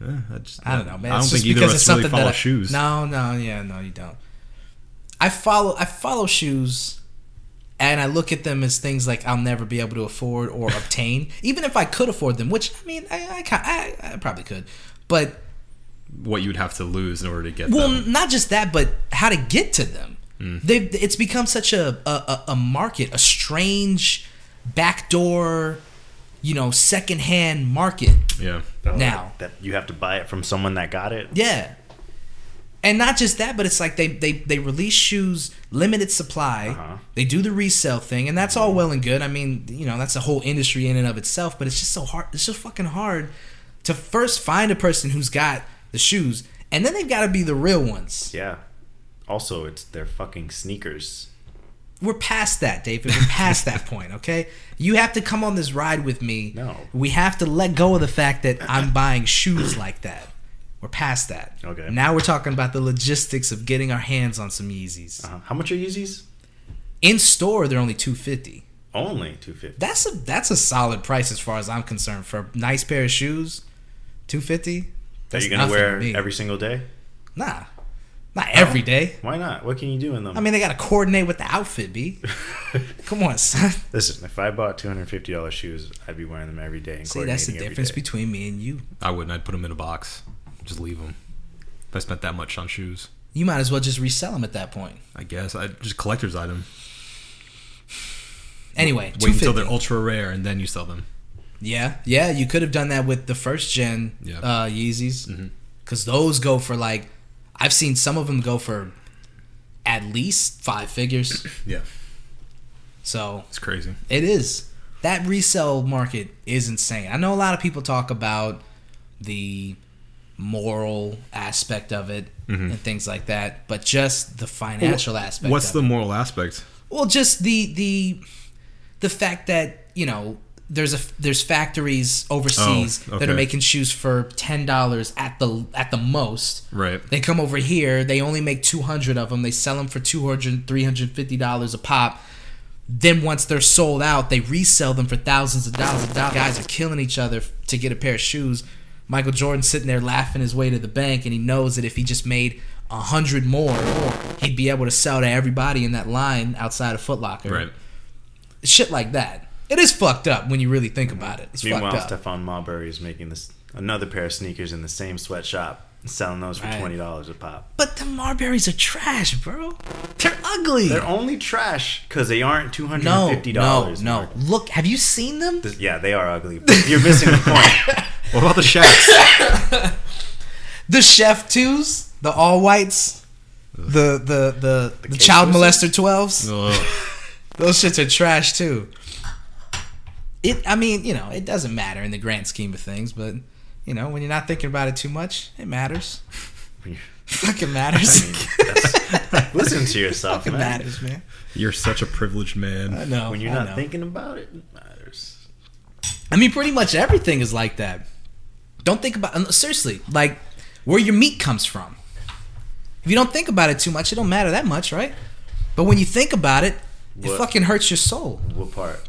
eh, I just I don't know, man. I don't It's think just either of because it's us something really follow that I, shoes. No, no, yeah, no, you don't. I follow I follow shoes and I look at them as things like I'll never be able to afford or obtain, even if I could afford them, which I mean, I I, ca- I, I probably could. But What you would have to lose in order to get well, them. not just that, but how to get to them. mm. They it's become such a, a a- a market, a strange backdoor, you know, secondhand market. Yeah. But, like, Now. that you have to buy it from someone that got it. Yeah. And not just that, but it's like they they, they release shoes limited supply. Uh-huh. They do the resale thing, and that's all well and good. I mean, you know, that's a whole industry in and of itself. But it's just so hard. It's just fucking hard to first find a person who's got the shoes, and then they've got to be the real ones. Yeah. Also, it's their fucking sneakers. We're past that, David. We're past that point. Okay, you have to come on this ride with me. No. we have to let go of the fact that I'm buying shoes like that. We're past that. Okay. Now we're talking about the logistics of getting our hands on some Yeezys. Uh, how much are Yeezys? In store, they're only two fifty. Only two fifty. That's a that's a solid price as far as I'm concerned for a nice pair of shoes. Two fifty. Are you gonna wear every single day? Nah, not every day. Why not? What can you do in them? I mean, they gotta coordinate with the outfit, b. Come on, son. Listen, if I bought two hundred fifty dollars shoes, I'd be wearing them every day. And See, that's the coordinating every difference day. between me and you. I wouldn't. I'd put them in a box. Just leave them. If I spent that much on shoes, You might as well just resell them at that point. I guess I just collector's item. Anyway, Wait until 250. they're ultra rare and then you sell them. Yeah, yeah, you could have done that with the first gen Yeah. Mm-hmm. uh, Yeezys, because those go for like, I've seen some of them go for at least five figures. Yeah, So it's crazy. it is that resale market is insane. I know a lot of people talk about the moral aspect of it and things like that, but just the financial aspect. Mm-hmm. What's of the moral aspect? Well, just the the the fact that you know there's a there's factories overseas Oh, that are okay. making shoes for ten dollars at the at the most. Right. They come over here, they only make 200 of them. They sell them for 200 $350 a pop. Then once they're sold out, they resell them for thousands of dollars. The guys are killing each other to get a pair of shoes. Michael Jordan sitting there laughing his way to the bank, and he knows that if he just made a hundred more, he'd be able to sell to everybody in that line outside of Foot Locker. Right. Shit like that. It is fucked up when you really think about it. It's Meanwhile, fucked up. Stephon Marbury is making this another pair of sneakers in the same sweatshop, and selling those for Right. twenty dollars a pop. But the Marberries are trash, bro. They're ugly. They're only trash because they aren't two hundred and no, fifty no, dollars. no. Look, have you seen them? Yeah, they are ugly. But you're missing the point. What about the shacks? the chef twos, the all whites, the the the, the, case child molester wizard? twelves. Ugh. Those shits are trash too. It, I mean, you know, it doesn't matter in the grand scheme of things, but you know, when you're not thinking about it too much, it matters. Fucking matters. That's- Listen to yourself, Fucking man. matters, man. You're such a privileged I man. know. When you're I not know. thinking about it, it matters. I mean, pretty much everything is like that. Don't think about seriously, like where your meat comes from. If you don't think about it too much, it don't matter that much, right? But when you think about it, it What? fucking hurts your soul. What part?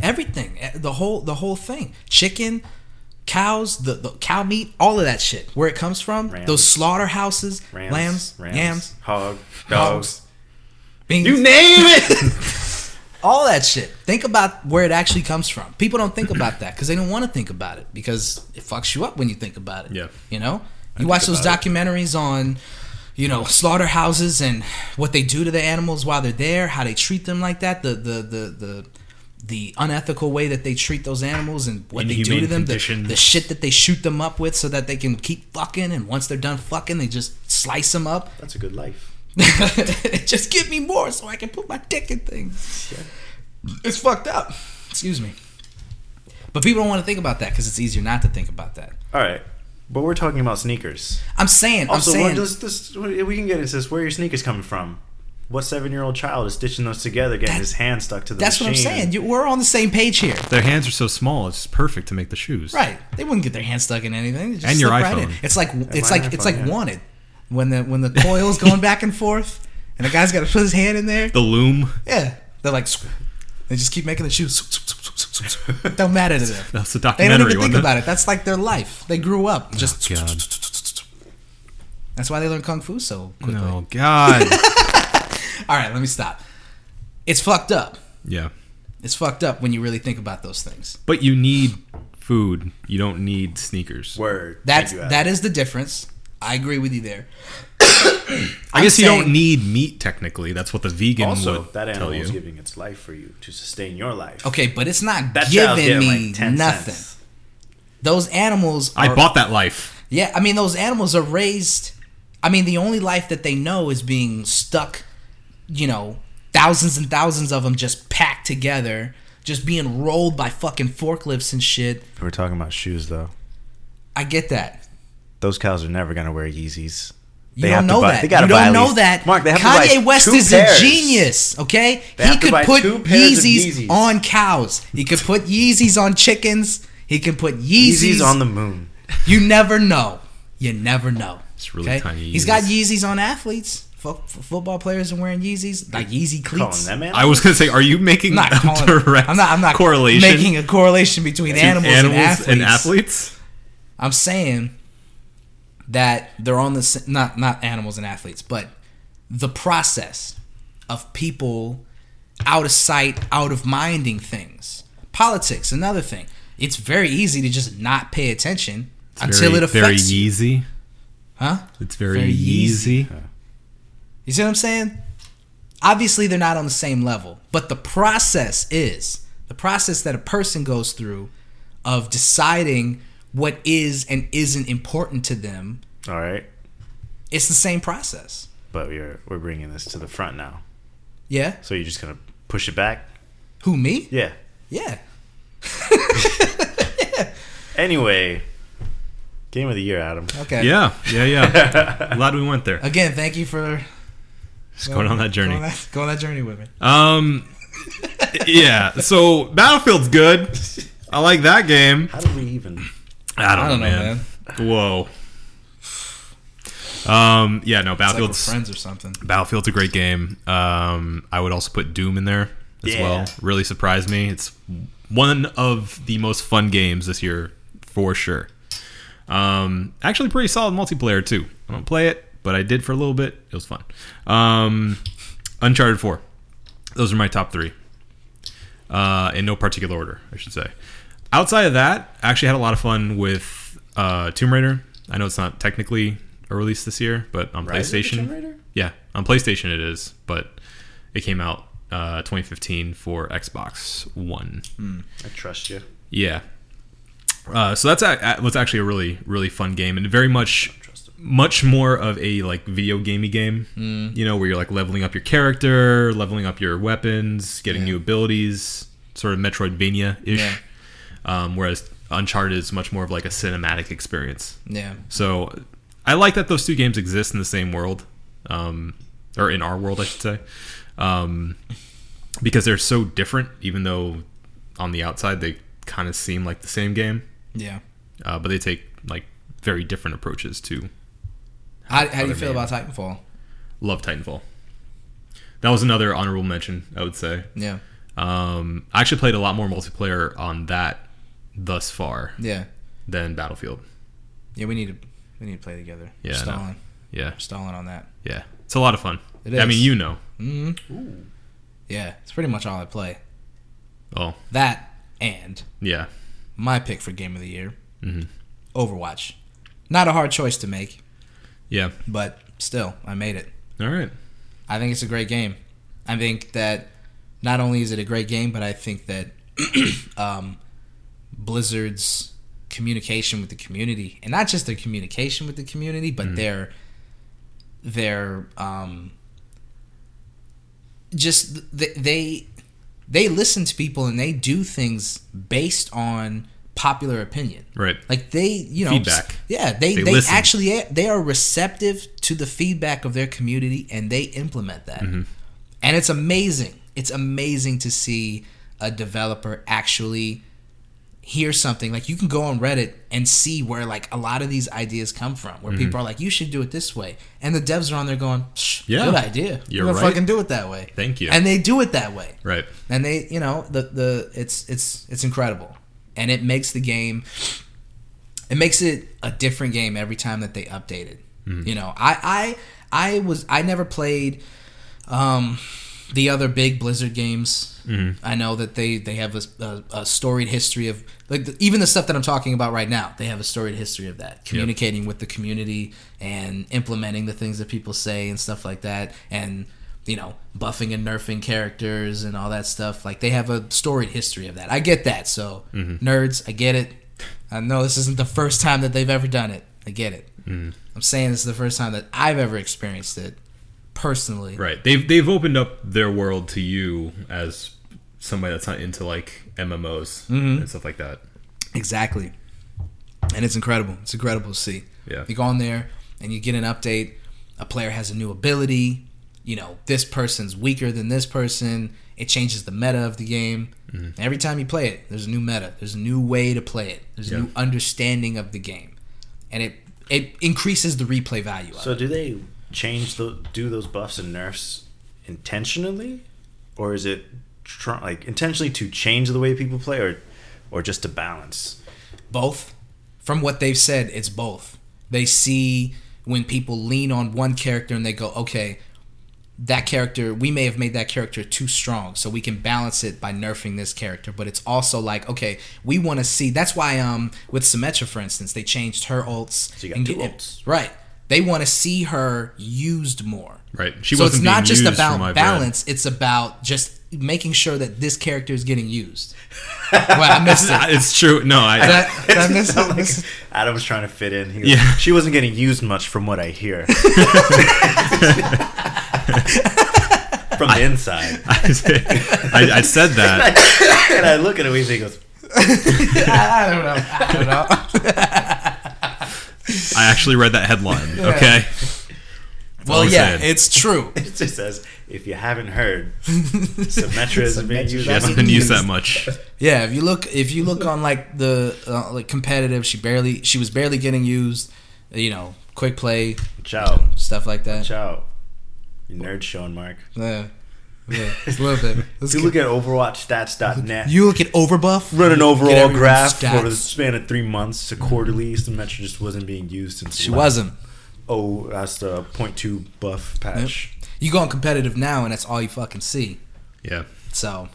Everything, eh, the whole the whole thing, chicken, cows, the, the cow meat, all of that shit, where it comes from, Rams. those slaughterhouses, Rams, lambs, rams, yams, hog, dogs. beans, You name it. all that shit. Think about where it actually comes from. People don't think about that because they don't want to think about it because it fucks you up when you think about it. Yeah. You know, you watch those about documentaries on, you know, slaughterhouses and what they do to the animals while they're there, how they treat them like that, the the the the the unethical way that they treat those animals and what they do Inhumane to them, the, conditions. the shit that they shoot them up with so that they can keep fucking and once they're done fucking they just slice them up. That's a good life. just give me more so I can put my dick in things. It's fucked up. Excuse me. But people don't want to think about that because it's easier not to think about that. All right, but we're talking about sneakers. I'm saying, Also, I'm what saying, does this, we can get into this. Where are your sneakers coming from? What seven-year-old child is stitching those together, getting his hand stuck to the that's what I'm machine? saying. You, we're on the same page here. Their hands are so small. It's perfect to make the shoes. Right. They wouldn't get their hands stuck in anything. They just And your slip Right in. iPhone. It's like, it's my like, it's iPhone, like yeah. wanted. when the when the coil's going back and forth, and the guy's got to put his hand in there. The loom. Yeah, they're like, "Sw-" they just keep making the shoes. "Sw- sw- sw- sw- sw- sw- sw-" Don't matter to them. That's the They don't documentary. even think wasn't it? about it. That's like their life. They grew up just. "Sw- sw- God. sw- sw- sw- sw-" That's why they learn kung fu so quickly. Oh God. All right, let me stop. It's fucked up. yeah. It's fucked up when you really think about those things. But you need food. You don't need sneakers. Word. That's Thank you, Adam. that is the difference. I agree with you there. I guess you saying- don't need meat technically. That's what the vegan also would that tell animal is you. giving its life for you to sustain your life. Okay, but it's not That child's Oh, giving getting me like ten nothing. cents. Those animals. Are, I bought that life. Yeah, I mean those animals are raised. I mean the only life that they know is being stuck. You know, thousands and thousands of them just packed together, just being rolled by fucking forklifts and shit. We're talking about shoes though. I get that. Those cows are never gonna wear Yeezys. You They don't have to know buy- that. they gotta you buy don't at know least- that. Mark, they have to buy Kanye West two is pairs. a genius. Okay, They he have to could buy put two pairs of Yeezys Yeezys. on cows. He could put Yeezys on chickens. He can put Yeezys on the moon. You never know. You never know. It's really tiny He's got Yeezys. Yeezys on athletes. Fo- f- football players are wearing Yeezys, like Yeezy Calling cleats. them man. I was gonna say, are you making I'm not a calling. direct I'm not. I'm not correlation making a correlation between to animals, and, athletes. athletes? I'm saying that they're on the s- not not animals and athletes, but the process of people out of sight, out of minding things. Politics, another thing. It's very easy to just not pay attention until very, it very affects you. Yeezy. Huh? It's very, Very Yeezy. You see what I'm saying? Obviously, they're not on the same level, but the process is the process that a person goes through of deciding what is and isn't important to them. All right, It's the same process. but we're we're bringing this to the front now. Yeah. So you're just gonna push it back. Who me? Yeah. Yeah. Anyway, game of the year, Adam. Okay. Yeah, yeah, yeah. Glad we went there. Again, thank you for Just going on that journey. Going that, going that journey with me. Um, yeah. So Battlefield's good. I like that game. How did we even? I don't, I don't know, know, man. Whoa. Um, yeah, no, It's like we're Battlefield's friends or something. Battlefield's a great game. Um, I would also put Doom in there as Yeah. well. Really surprised me. It's one of the most fun games this year for sure. Um, actually, pretty solid multiplayer too. I don't play it, but I did for a little bit. It was fun. Um, Uncharted Four. Those are my top three. Uh, in no particular order, I should say. Outside of that, I actually had a lot of fun with uh, Tomb Raider. I know it's not technically a release this year, but on Rise of the PlayStation, Tomb Raider? yeah, on PlayStation it is, but it came out uh, 2015 for Xbox One. I trust you. Yeah. Uh, so that's a, a- was actually a really really fun game and very much Trust him. much more of a like video gamey game. You know where you're like leveling up your character, leveling up your weapons, getting new abilities, sort of Metroidvania ish. Yeah. Um, whereas Uncharted is much more of like a cinematic experience. Yeah. So I like that those two games exist in the same world, um, or in our world, I should say, um, because they're so different. Even though on the outside they kind of seem like the same game, Yeah. uh, but they take like very different approaches to How, how do you Other feel game. about Titanfall? love Titanfall. That was another honorable mention, I would say. Yeah. Um, I actually played a lot more multiplayer on that thus far Yeah. than Battlefield. Yeah. We need to we need to play together. Yeah, I know. Stalling. Yeah, Stalling on that. yeah, it's a lot of fun. It I is. mean, you know, Yeah. It's pretty much all I play. oh That and yeah, my pick for game of the year, Mm-hmm. Overwatch. Not a hard choice to make, yeah. but still, I made it. All right. I think it's a great game. I think that not only is it a great game, but I think that um, Blizzard's communication with the community, and not just their communication with the community, but their their um, just th- they they listen to people and they do things based on popular opinion. Right. Like they, you know, Feedback. s- Yeah, they They they, listen. actually they are receptive to the feedback of their community and they implement that. Mm-hmm. And it's amazing. It's amazing to see a developer actually hear something like you can go on reddit and see where like a lot of these ideas come from where Mm-hmm. people are like you should do it this way and the devs are on there going Psh, Yeah. good idea You're We're gonna right. fucking do it that way Thank you. and they do it that way Right. and they you know the the it's it's it's incredible and it makes the game it makes it a different game every time that they update it you know i i i was i never played um the other big blizzard games i know that they they have a, a, a storied history of like the, even the stuff that i'm talking about right now they have a storied history of that communicating with the community and implementing the things that people say and stuff like that and you know buffing and nerfing characters and all that stuff like they have a storied history of that i get that so nerds i get it i know this isn't the first time that they've ever done it i get it i'm saying this is the first time that i've ever experienced it personally Right. They've they've opened up their world to you as somebody that's not into like MMOs Mm-hmm. and stuff like that. Exactly. And it's incredible. It's incredible to see. Yeah. You go on there and you get an update. A player has a new ability. You know, this person's weaker than this person. It changes the meta of the game. Mm-hmm. Every time you play it, there's a new meta. There's a new way to play it. There's Yeah. a new understanding of the game. And it it increases the replay value of So it. do they change the do those buffs and nerfs intentionally, or is it tr- like intentionally to change the way people play, or or just to balance? both. From what they've said, it's both. They see when people lean on one character and they go, okay, that character, we may have made that character too strong, so we can balance it by nerfing this character. But it's also like, okay, we want to see. That's why, um, with Symmetra, for instance, they changed her ults. So you got two ults. Right. They want to see her used more Right. She so wasn't it's not being just used for about my bread. balance; it's about just making sure that this character is getting used. wow, I missed it. It's true. No, I, Did I, did I miss Sound it? like Miss it? Adam was trying to fit in. He was, Yeah. She wasn't getting used much, from what I hear. from the inside, I, I said that. and I look at him. He goes, I don't know. I don't know. I actually read that headline. Okay. all well, I'm yeah, saying. it's true. "It just says if you haven't heard, Symmetra isn't being Symmetra's used." She that hasn't much." been used that much. Yeah, if you look, if you look on like the uh, like competitive, she barely, she was barely getting used. You know, quick play, um, Ciao, stuff like that. ciao. You nerd showing, Mark. Yeah, yeah, it's a little bit. Let's If you get- look at OverwatchStats.net, you look at overbuff. run an Get overall everyone's graph stats. over the span of three months to quarterly. Symmetra just wasn't being used since She the wasn't. Oh, that's the 0.2 buff patch. You go on competitive now, and that's all you fucking see. Yeah. So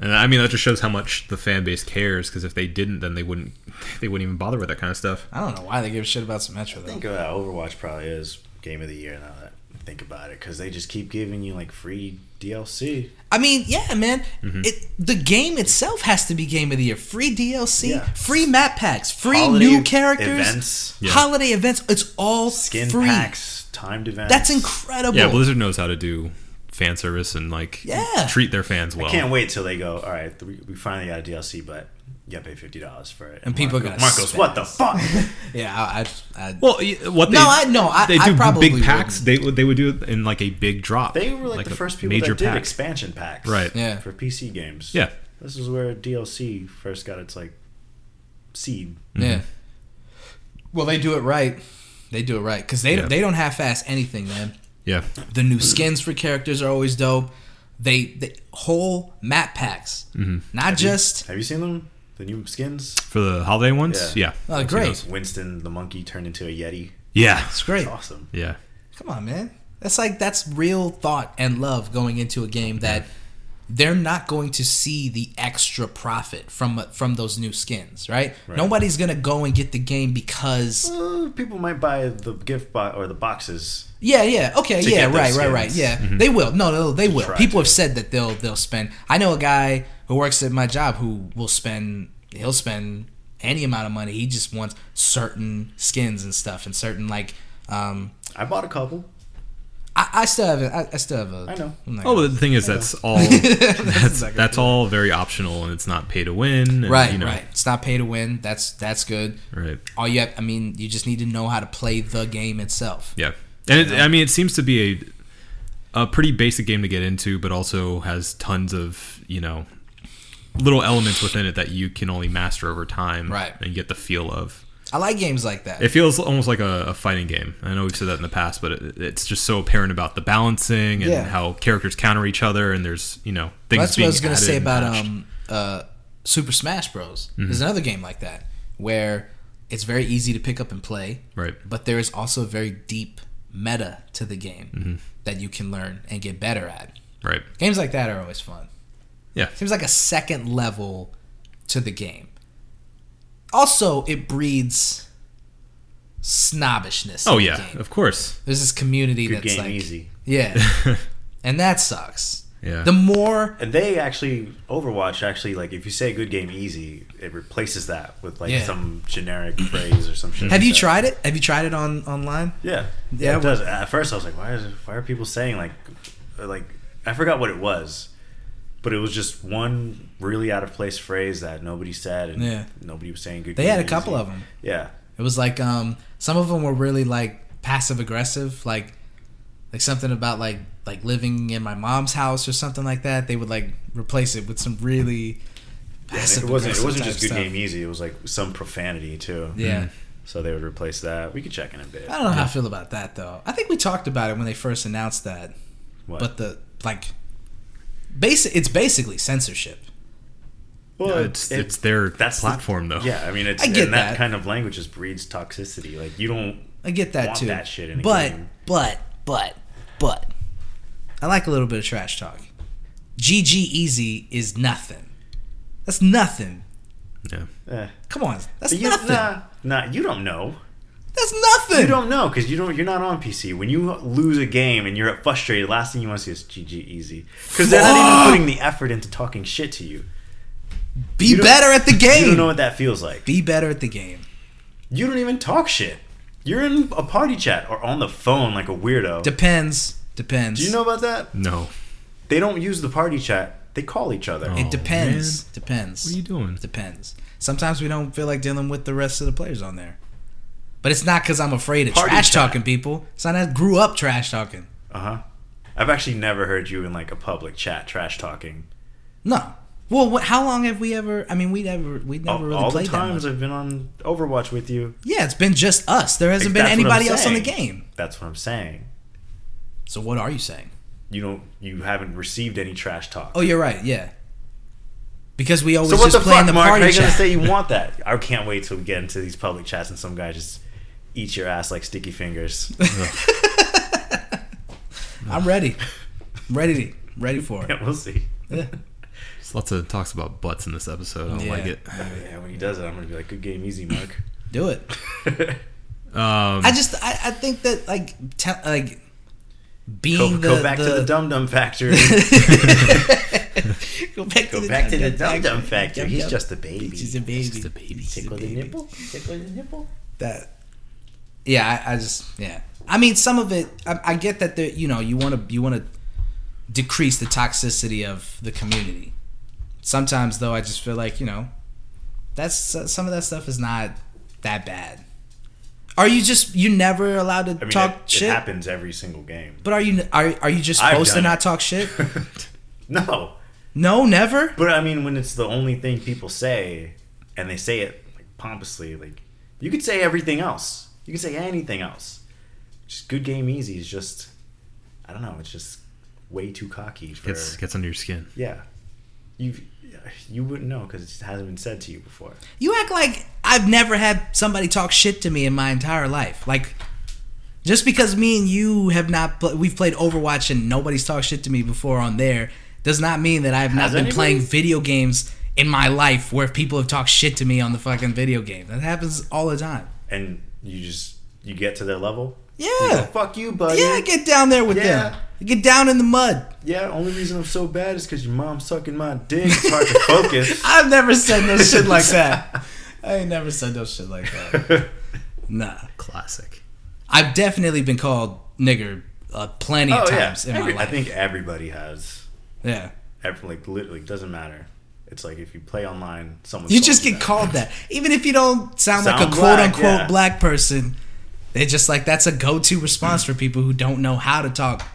And I mean that just shows how much the fan base cares because if they didn't then they wouldn't they wouldn't even bother with that kind of stuff. I don't know why they give a shit about Symmetra I though. think uh, Overwatch probably is game of the year now that I think about it because they just keep giving you like free DLC. I mean, yeah, man. Mm-hmm. It the game itself has to be game of the year. Free DLC, Yeah. free map packs, free Holiday new characters, events. Yeah. holiday events. It's all Skin free. packs, timed events. That's incredible. Yeah, Blizzard knows how to do fan service and like Yeah. treat their fans well. I can't wait till they go. All right, we, we finally got a DLC, but you gotta pay fifty dollars for it. And people are gonna Marcos, what the fuck? Yeah, I, I, I Well, y- what they No, I- no, I- they I do probably big packs. They would- they would do it in like a big drop. They were like, the a first people that did expansion packs, Right. Yeah. for PC games. Yeah, this is where DLC first got its like seed. Mm-hmm. yeah. Well, they do it right. They do it right because they Yeah. they don't half-ass anything, man. yeah, The new skins for characters are always dope. They, they whole map packs, Mm-hmm. not just Have you seen them? The new skins. for the holiday ones. Yeah. Yeah, Oh, I've seen great. those. Winston the monkey turned into a yeti. Yeah, it's great. It's awesome. yeah, Come on, man. That's like that's real thought and love going into a game that they're not going to see the extra profit from from those new skins, right? Nobody's gonna go and get the game because Uh, people might buy the gift box or the boxes. yeah, yeah, okay, To yeah, get those right, right, right, skins. Mm-hmm. yeah. They will. No, no, they will. try People have said that they'll they'll spend. I know a guy who works at my job who will spend. He'll spend any amount of money. He just wants certain skins and stuff and certain like. Um, I bought a couple. I, I still haven't. I, I still have a. I know. I'm not Oh, gonna- but the thing is, that's all. That's that's all very optional, and it's not pay to win. And, Right, you know, right. It's not pay to win. That's that's good. right. All you have, I mean, you just need to know how to play the game itself. Yeah, and it, I mean, it seems to be a a pretty basic game to get into, but also has tons of you know little elements within it that you can only master over time Right. and get the feel of. I like games like that. It feels almost like a, a fighting game. I know we've said that in the past, but it, it's just so apparent about the balancing and Yeah. how characters counter each other, and there's you know things. Well, that's what being I was gonna added say and Mm-hmm. about patched. um uh Super Smash Bros. There's another game like that where it's very easy to pick up and play, Right. But there is also a very deep meta to the game Mm-hmm. that you can learn and get better at. right. Games like that are always fun. Yeah. Seems like a second level to the game. Also, it breeds snobbishness. in Oh the yeah, game. of course. There's this community Good that's game, like easy. yeah, and that sucks. Yeah. The more And they actually Overwatch actually like if you say good game easy, it replaces that with like Yeah. some generic phrase or some shit. Have like you that. tried it? Have you tried it on online? Yeah, Yeah, yeah. it It does. At first, I was like, why is why are people saying like like I forgot what it was, but it was just one really out of place phrase that nobody said and Yeah. nobody was saying good. They game had a easy. couple of them. Yeah, It was like um, some of them were really like passive aggressive, like like something about like like living in my mom's house or something like that. They would like replace it with some really and passive it wasn't it aggressive wasn't type just good stuff. game easy. It was like some profanity too. Yeah. So they would replace that. We could check in a bit. I don't know how I feel about that though. I think we talked about it when they first announced that, What? but the like basic it's basically censorship. well, it's it- it's their that's the- platform though. Yeah, I mean, it's I get and that, that. kind of language just breeds toxicity. Like you don't. I get that want too. that shit in a but game. but but but I like a little bit of trash talk. GG Easy is nothing. That's nothing. Yeah. Eh. Come on, that's You, nothing. nah, nah, you don't know. That's nothing. You don't know because you don't. You're not on PC. When you lose a game and you're frustrated, last thing you want to see is GG easy because they're not even putting the effort into talking shit to you. Be don't- better at the You game. don't know what that feels like. Be better at the game. You don't even talk shit. You're in a party chat or on the phone like a weirdo. Depends. Depends. Do you know about that? No. They don't use the party chat. They call each other. Oh. It depends. Depends. What are you doing? Depends. Sometimes we don't feel like dealing with the rest of the players on there. But it's not because I'm afraid of Party trash chat. talking people. It's not that I grew up trash talking. Uh huh. I've actually never heard you in like a public chat trash talking. No. Well, what, how long have we ever? I mean, we never, we never All- really all the played that much. times I've been on Overwatch with you, Yeah, it's been just us. There hasn't been That's what I'm anybody else on the saying. game. that's what I'm saying. So what are you saying? You don't. You haven't received any trash talk. Oh, you're right. Yeah. Because we always So what just the play in fuck, the Mark? Are party you gonna chat. say you want that? I can't wait till we get into these public chats and some guy just eats your ass like sticky fingers. I'm ready. I'm ready. Ready for it. yeah, we'll see. Yeah. There's lots of talks about butts in this episode. I don't Yeah. like it. Yeah, when he does it, I'm gonna be like, "Good game, easy, Mark." Do it. Um, I just I, I think that like te- like go, being the, go back the, to the dum dum factory. go back go back to the dum dum Dum factory. He's Dum. just a baby. he's a baby. just a baby. Tickle the nipple. Tickle the nipple. that yeah I, I just yeah i mean some of it i, I get that there you know you want to you want to decrease the toxicity of the community sometimes though i just feel like you know that's uh, some of that stuff is not that bad are you just you never allowed to I mean, talk it, shit it happens every single game. but are you are, are you just I've supposed to done not it. talk shit No, no never But I mean, when it's the only thing people say, and they say it like pompously, like you could say everything else. You could say anything else. Just good game easy is just, I don't know. It's just way too cocky for Gets gets under your skin. yeah. You you wouldn't know because it hasn't been said to you before. You act like I've never had somebody talk shit to me in my entire life. Like, just because me and you have not, pl- we've played Overwatch and nobody's talked shit to me before on there, does not mean that I've not Has been anybody? playing video games in my life where people have talked shit to me on the fucking video game. That happens all the time. And you just you get to their level. Yeah. You go, Fuck you, buddy. Yeah, get down there with Yeah. them. Get down in the mud. Yeah, Only reason I'm so bad is because your mom's sucking my dick. It's hard to focus. I've never said no shit like that. I ain't never said no shit like that. Nah. Classic. I've definitely been called nigger uh, plenty oh of yeah. times in my Every- I life. think everybody has. yeah. Every- like literally doesn't matter. It's like if you play online, someone You calls just get that. called that. Even if you don't sound, like Sound a quote black, unquote yeah. black person, they're just like, that's a go to response for people who don't know how to talk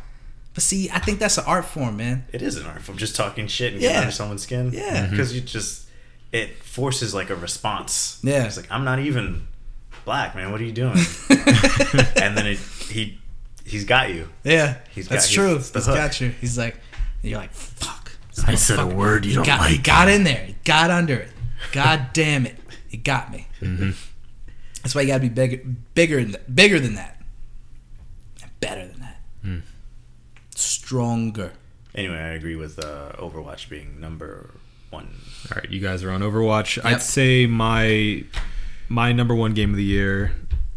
But see, I think that's an art form, man. It is an art form. Just talking shit and getting Yeah. under someone's skin. Mm-hmm. Yeah. Mhm. Because you just it forces like a response. Yeah. It's like I'm not even black, man. What are you doing? and then it, he he's got you. Yeah, He's that's got- true. he's the he's hook. got you. He's like, and you're like, fuck. I said a word you don't Got, he like. got in there. He got under it. God damn it. He got me. Mm-hmm. That's why you got to be bigger, bigger, than- bigger than that, and better than that, Hmm. stronger. Anyway, I agree with uh, Overwatch being number one. All right, you guys are on Overwatch. Yep. I'd say my my number one game of the year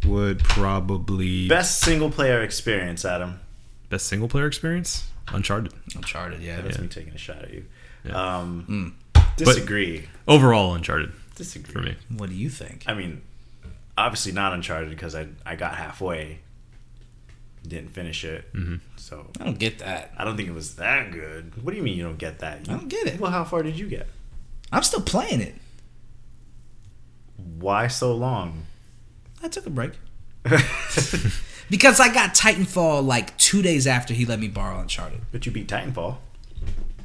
would probably Best single player experience, Adam. best single player experience, Uncharted. Uncharted, yeah. That's me taking a shot at you. Yeah. Um, Hmm. Disagree. Overall, Uncharted disagree. for me. What do you think? I mean, obviously not Uncharted because I I got halfway, didn't finish it. So I don't get that. I don't think it was that good. What do you mean you don't get that? You, I don't get it. Well, how far did you get? I'm still playing it. Why so long? I took a break because I got Titanfall like two days after he let me borrow Uncharted. but you beat Titanfall.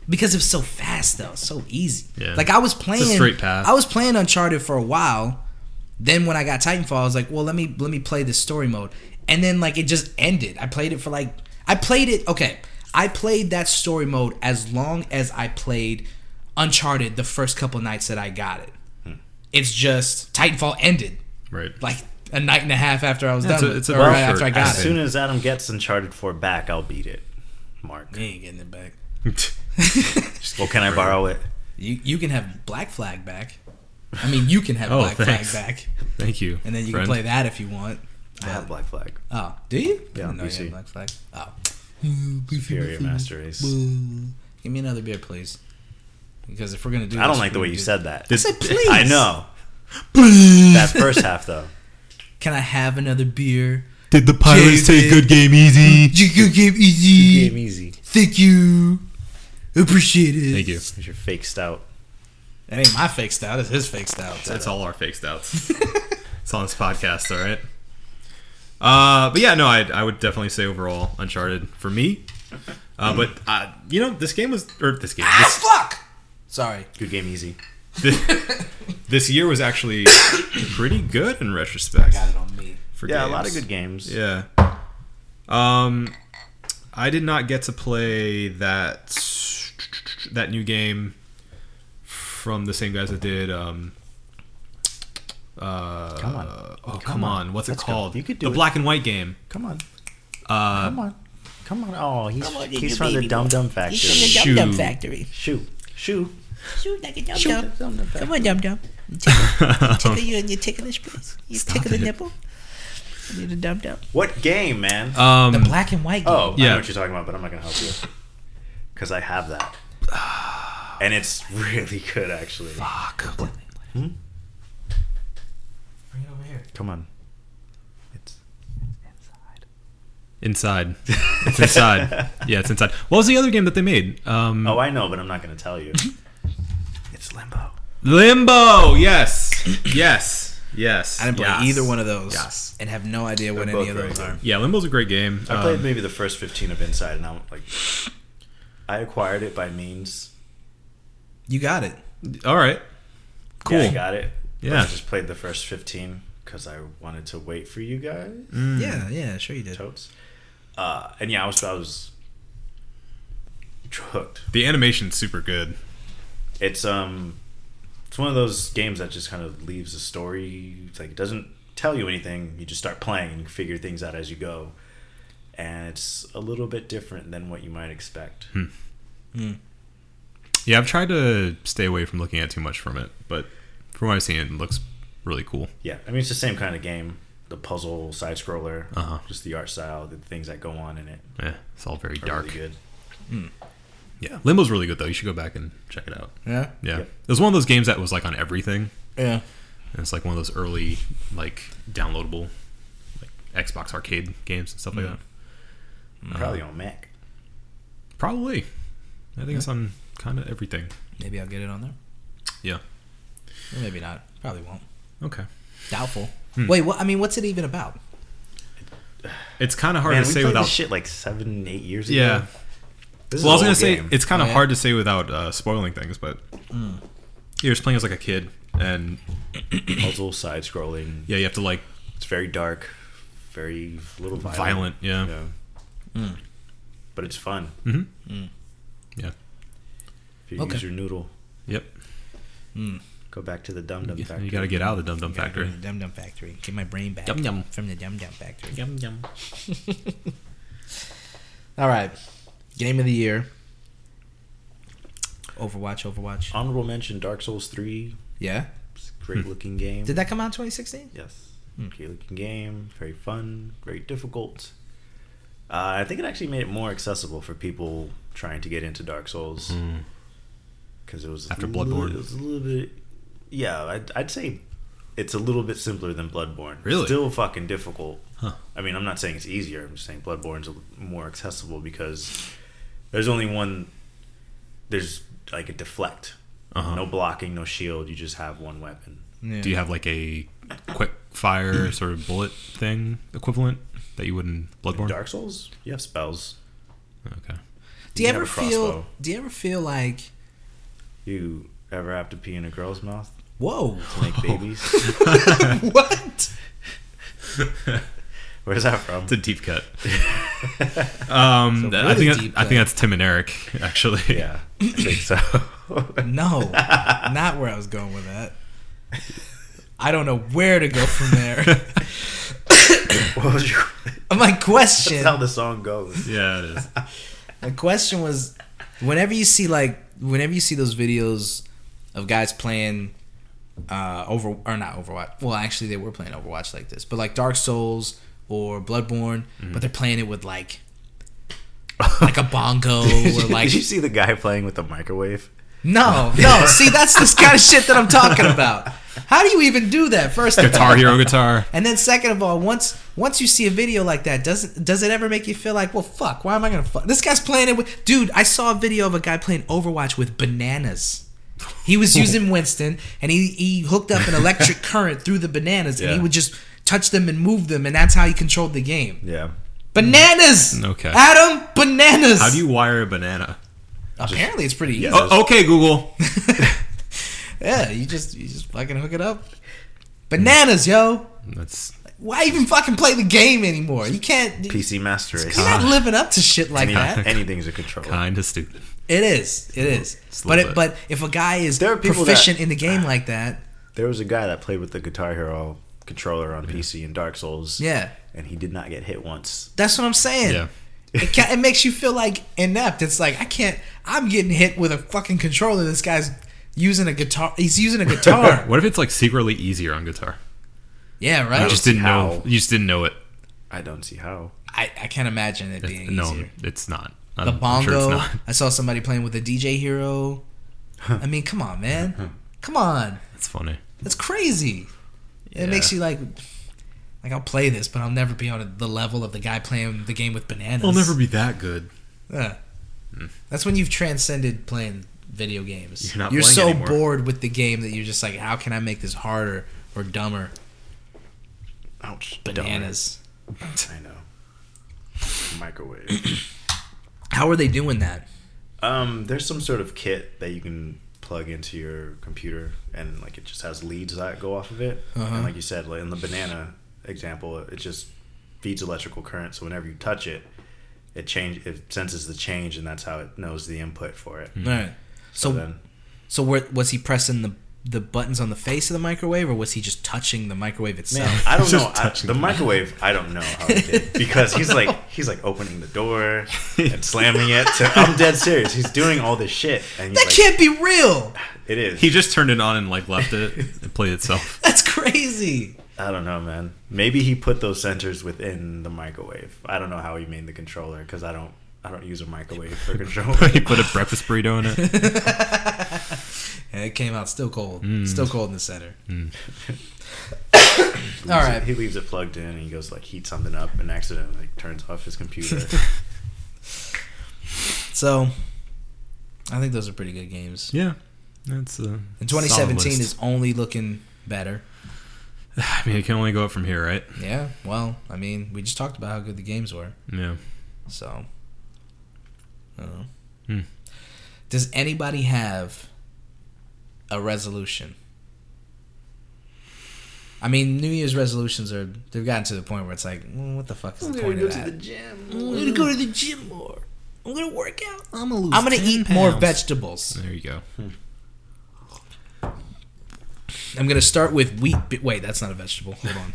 because it was so fast though, so easy. Yeah. Like I was playing straight path. I was playing Uncharted for a while. Then when I got Titanfall, I was like, well, let me let me play this story mode. And then like it just ended. I played it for like I played it okay. I played that story mode as long as I played Uncharted the first couple nights that I got it. Hmm. It's just Titanfall ended Right. like a night and a half after I was Yeah, it's done. a- with- it's a or very right short after I got As it. soon as Adam gets Uncharted 4 back, I'll beat it. Mark. You ain't getting it back. Well, can I borrow it? You you can have Black Flag back. I mean, you can have Oh, Black thanks. Flag back. Thank you. And then you friend. can play that if you want. I have Black Flag. Oh, do you? Yeah, I didn't know you PC. had Black Flag. Oh. Superior Master Race. Give me another beer, please. Because if we're going to do I don't this, like the we're way you gonna said that. do- I said please. I know. that first half, though. Can I have another beer? Did the pirates take good game easy? You can give easy. Game easy. Thank you. Appreciate it. Thank you. Here's your fake stout. That ain't my fake style. That's his fake style. That's all our fake stouts. it's on this podcast, all right. Uh, but yeah, no, I, I would definitely say overall Uncharted for me. Uh, but uh, you know, this game was or this game, Ah, this, fuck! Sorry. Good game easy. this, this year was actually pretty good in retrospect. Got it on me. For Yeah, a lot of games. good games. Yeah. Um, I did not get to play that that new game from the same guys that did. Um, uh, Come on. Oh, come, Come on. on. What's Let's it go. called? You could do the it. black and white game. Come on. Uh, Come on. Come on. Oh, he's, Come on, you he's do from the baby Dum boy. Dum Factory. He's from the Shoot. Dum Dum Factory. Shoe. Shoe. Shoot like a dum dum. Dum Dum Come on, dum dum. Tickle you in your ticklish place. You tickle the it. nipple. You need a dum dum. What game, man? The um, black and white game. oh, I yeah. know what you're talking about, but I'm not going to help you. Because I have that. And it's really good, actually. Bring it over here. Come on. It's inside. It's inside. yeah, it's inside. What was the other game that they made? Um, Oh, I know, but I'm not going to tell you. it's Limbo. Limbo. Yes. Yes. Yes. I didn't play Yes. either one of those. Yes. And have no idea what any both of very those good. are. Yeah, Limbo's a great game. I played Um, maybe the first 15 of Inside, and I'm like, I acquired it by means. You got it. all right. Cool. Yeah, I got it. But Yeah. I just played the first 15 because I wanted to wait for you guys. Mm. Hmm. Yeah, yeah, sure you did. Totes. Uh, and yeah, I was, I was hooked. The animation's super good. It's um, it's one of those games that just kind of leaves a story. It's like it doesn't tell you anything. You just start playing and figure things out as you go. And it's a little bit different than what you might expect. Hmm. Yeah, I've tried to stay away from looking at too much from it, but from what I've seen, it looks really cool. Yeah, I mean it's the same kind of game. The puzzle side scroller, Uh-huh. just the art style, the things that go on in it. Yeah, it's all very Are dark. Really good. Yeah, Limbo's really good though. You should go back and check it out. Yeah? Yeah, Yep. it was one of those games that was like on everything, Yeah. and it's like one of those early like downloadable like Xbox arcade games and stuff like that. Uh-huh. Probably on Mac. Probably, I think it's on kind of everything. Maybe I'll get it on there. Yeah. Or maybe not. Probably won't. Okay. Hmm. Doubtful. Wait, what I mean what's it even about? it's kind of hard Man, to we say played without. this shit like seven, eight years ago. yeah. This Well, I was an gonna old say game. it's kind Oh, of yeah. hard to say without uh, spoiling things, but you're just playing as like a kid, and puzzle side scrolling. yeah, you have to like It's very dark, very little violent. violent. Yeah, Hmm. yeah. Yeah. But it's fun if you Okay. use your noodle. Yep. Go back to the dum dum factory. You got to get out of the Dum Dum Gotta go to Factory. the Dum Dum Factory. Get my brain back Yum, yum. from the Dum Dum Factory. Yum yum. All right, game of the year. Overwatch, Uh, Overwatch. Honorable mention: Dark Souls Three. Yeah. It's a Hmm. great looking game. Did that come out in 2016? Yes. Great looking game. Very fun. Very difficult. Uh, I think it actually made it more accessible for people trying to get into Dark Souls Mm. because it was After a little- Bloodborne. It was a little bit. Yeah, I'd, I'd say it's a little bit simpler than Bloodborne. Really? Still fucking difficult. Huh. I mean, I'm not saying it's easier. I'm just saying Bloodborne's a l- more accessible because there's only one. There's like a deflect. Uh-huh. No blocking, no shield. You just have one weapon. Yeah. Do you have like a quick fire sort of bullet thing equivalent that you would in Bloodborne? Dark Souls? You have spells. Okay. do you have ever a crossbow. feel? Do you ever feel like, You ever have to pee in a girl's mouth whoa, to make babies? what? Where's that from? It's a deep cut. um, It's a I really think deep I, cut. think that's Tim and Eric actually. Yeah, I think so. No, not where I was going with that. I don't know where to go from there. what was your, My that's question, how the song goes. yeah, it is. my question was, whenever you see like, whenever you see those videos of guys playing uh over or not Overwatch. Well, actually, they were playing Overwatch like this, but like Dark Souls or Bloodborne, but they're playing it with like, like a bongo or like Did you see the guy playing with the microwave? No, no. See, that's the kind of shit that I'm talking about. How do you even do that? First of all, Guitar Hero guitar. and then second of all, once once you see a video like that, doesn't does it ever make you feel like, well, fuck? Why am I gonna fuck? This guy's playing it with, dude. I saw a video of a guy playing Overwatch with bananas. He was using Winston, and he he hooked up an electric current through the bananas, and he Yeah. would just touch them and move them, and that's how he controlled the game. Yeah. Bananas. Okay. Adam, bananas. How do you wire a banana? Apparently, it's pretty easy. Yeah. Oh, okay, Google. Yeah, you just you just fucking hook it up. Bananas, yo. That's Why even fucking play the game anymore? You can't. PC Master Race. You're not living up to shit like I mean, that. anything's a controller. kind of stupid. It is. It is. It's a But little it, bit. but if a guy is There are people proficient that- in the game like that, There was a guy that played with the Guitar Hero controller on PC in Dark Souls. yeah, And he did not get hit once. that's what I'm saying. Yeah. It, ca it makes you feel like inept. It's like I can't. I'm getting hit with a fucking controller. This guy's using a guitar. He's using a guitar. What if it's like secretly easier on guitar? yeah, You right. just didn't How? know. You just didn't know it. I don't see how. I, I can't imagine it being no, easier. it's not. the I'm bongo. sure it's not. I saw somebody playing with a DJ Hero. I mean, come on, man. Come on. It's funny. That's crazy. It makes Yeah. you like, like I'll play this, but I'll never be on the level of the guy playing the game with bananas. be that good. Yeah. That's when you've transcended playing video games. You're not playing so anymore. bored with the game that you're just like, how can I make this harder or dumber? Ouch. Bananas. Dumber. I know. Microwave. How are they doing that? Um, there's some sort of kit that you can plug into your computer, and like it just has leads that go off of it. Uh-huh. And like you said, like in the banana example, it just feeds electrical current. So whenever you touch it, it change it senses the change, and that's how it knows the input for it. Hmm. All right. So, So so, then, were, was he pressing the the buttons on the face of the microwave, or was he just touching the microwave itself? man, I don't Just know. I, touching the it. microwave, I don't know how he did because he's like he's like opening the door and slamming it. So I'm dead serious. He's doing all this shit, and he's That like, can't be real. it is. He just turned it on and like left it and played itself. That's crazy. I don't know, man. Maybe he put those sensors within the microwave. I don't know how he made the controller because I don't, I don't use a microwave for control. he put a breakfast burrito in it. And it came out still cold, still cold in the center. All All right. he leaves it plugged in and he goes like heat something up and accidentally like, turns off his computer. So, I think those are pretty good games. Yeah, that's uh. And 2017 is only looking better. I mean, it can only go up from here, right? Yeah, well, I mean, we just talked about how good the games were, Yeah. so. I don't know. Hmm. Does anybody have a resolution? I mean, New Year's resolutions are, they've gotten to the point where it's like, "Mm, what the fuck is the point of that? I'm gonna go to the gym more. I'm gonna work out. I'm gonna lose. I'm going to 10 eat more pounds. vegetables. There you go. I'm gonna start with wheat. Bi- Wait, that's not a vegetable. Hold on.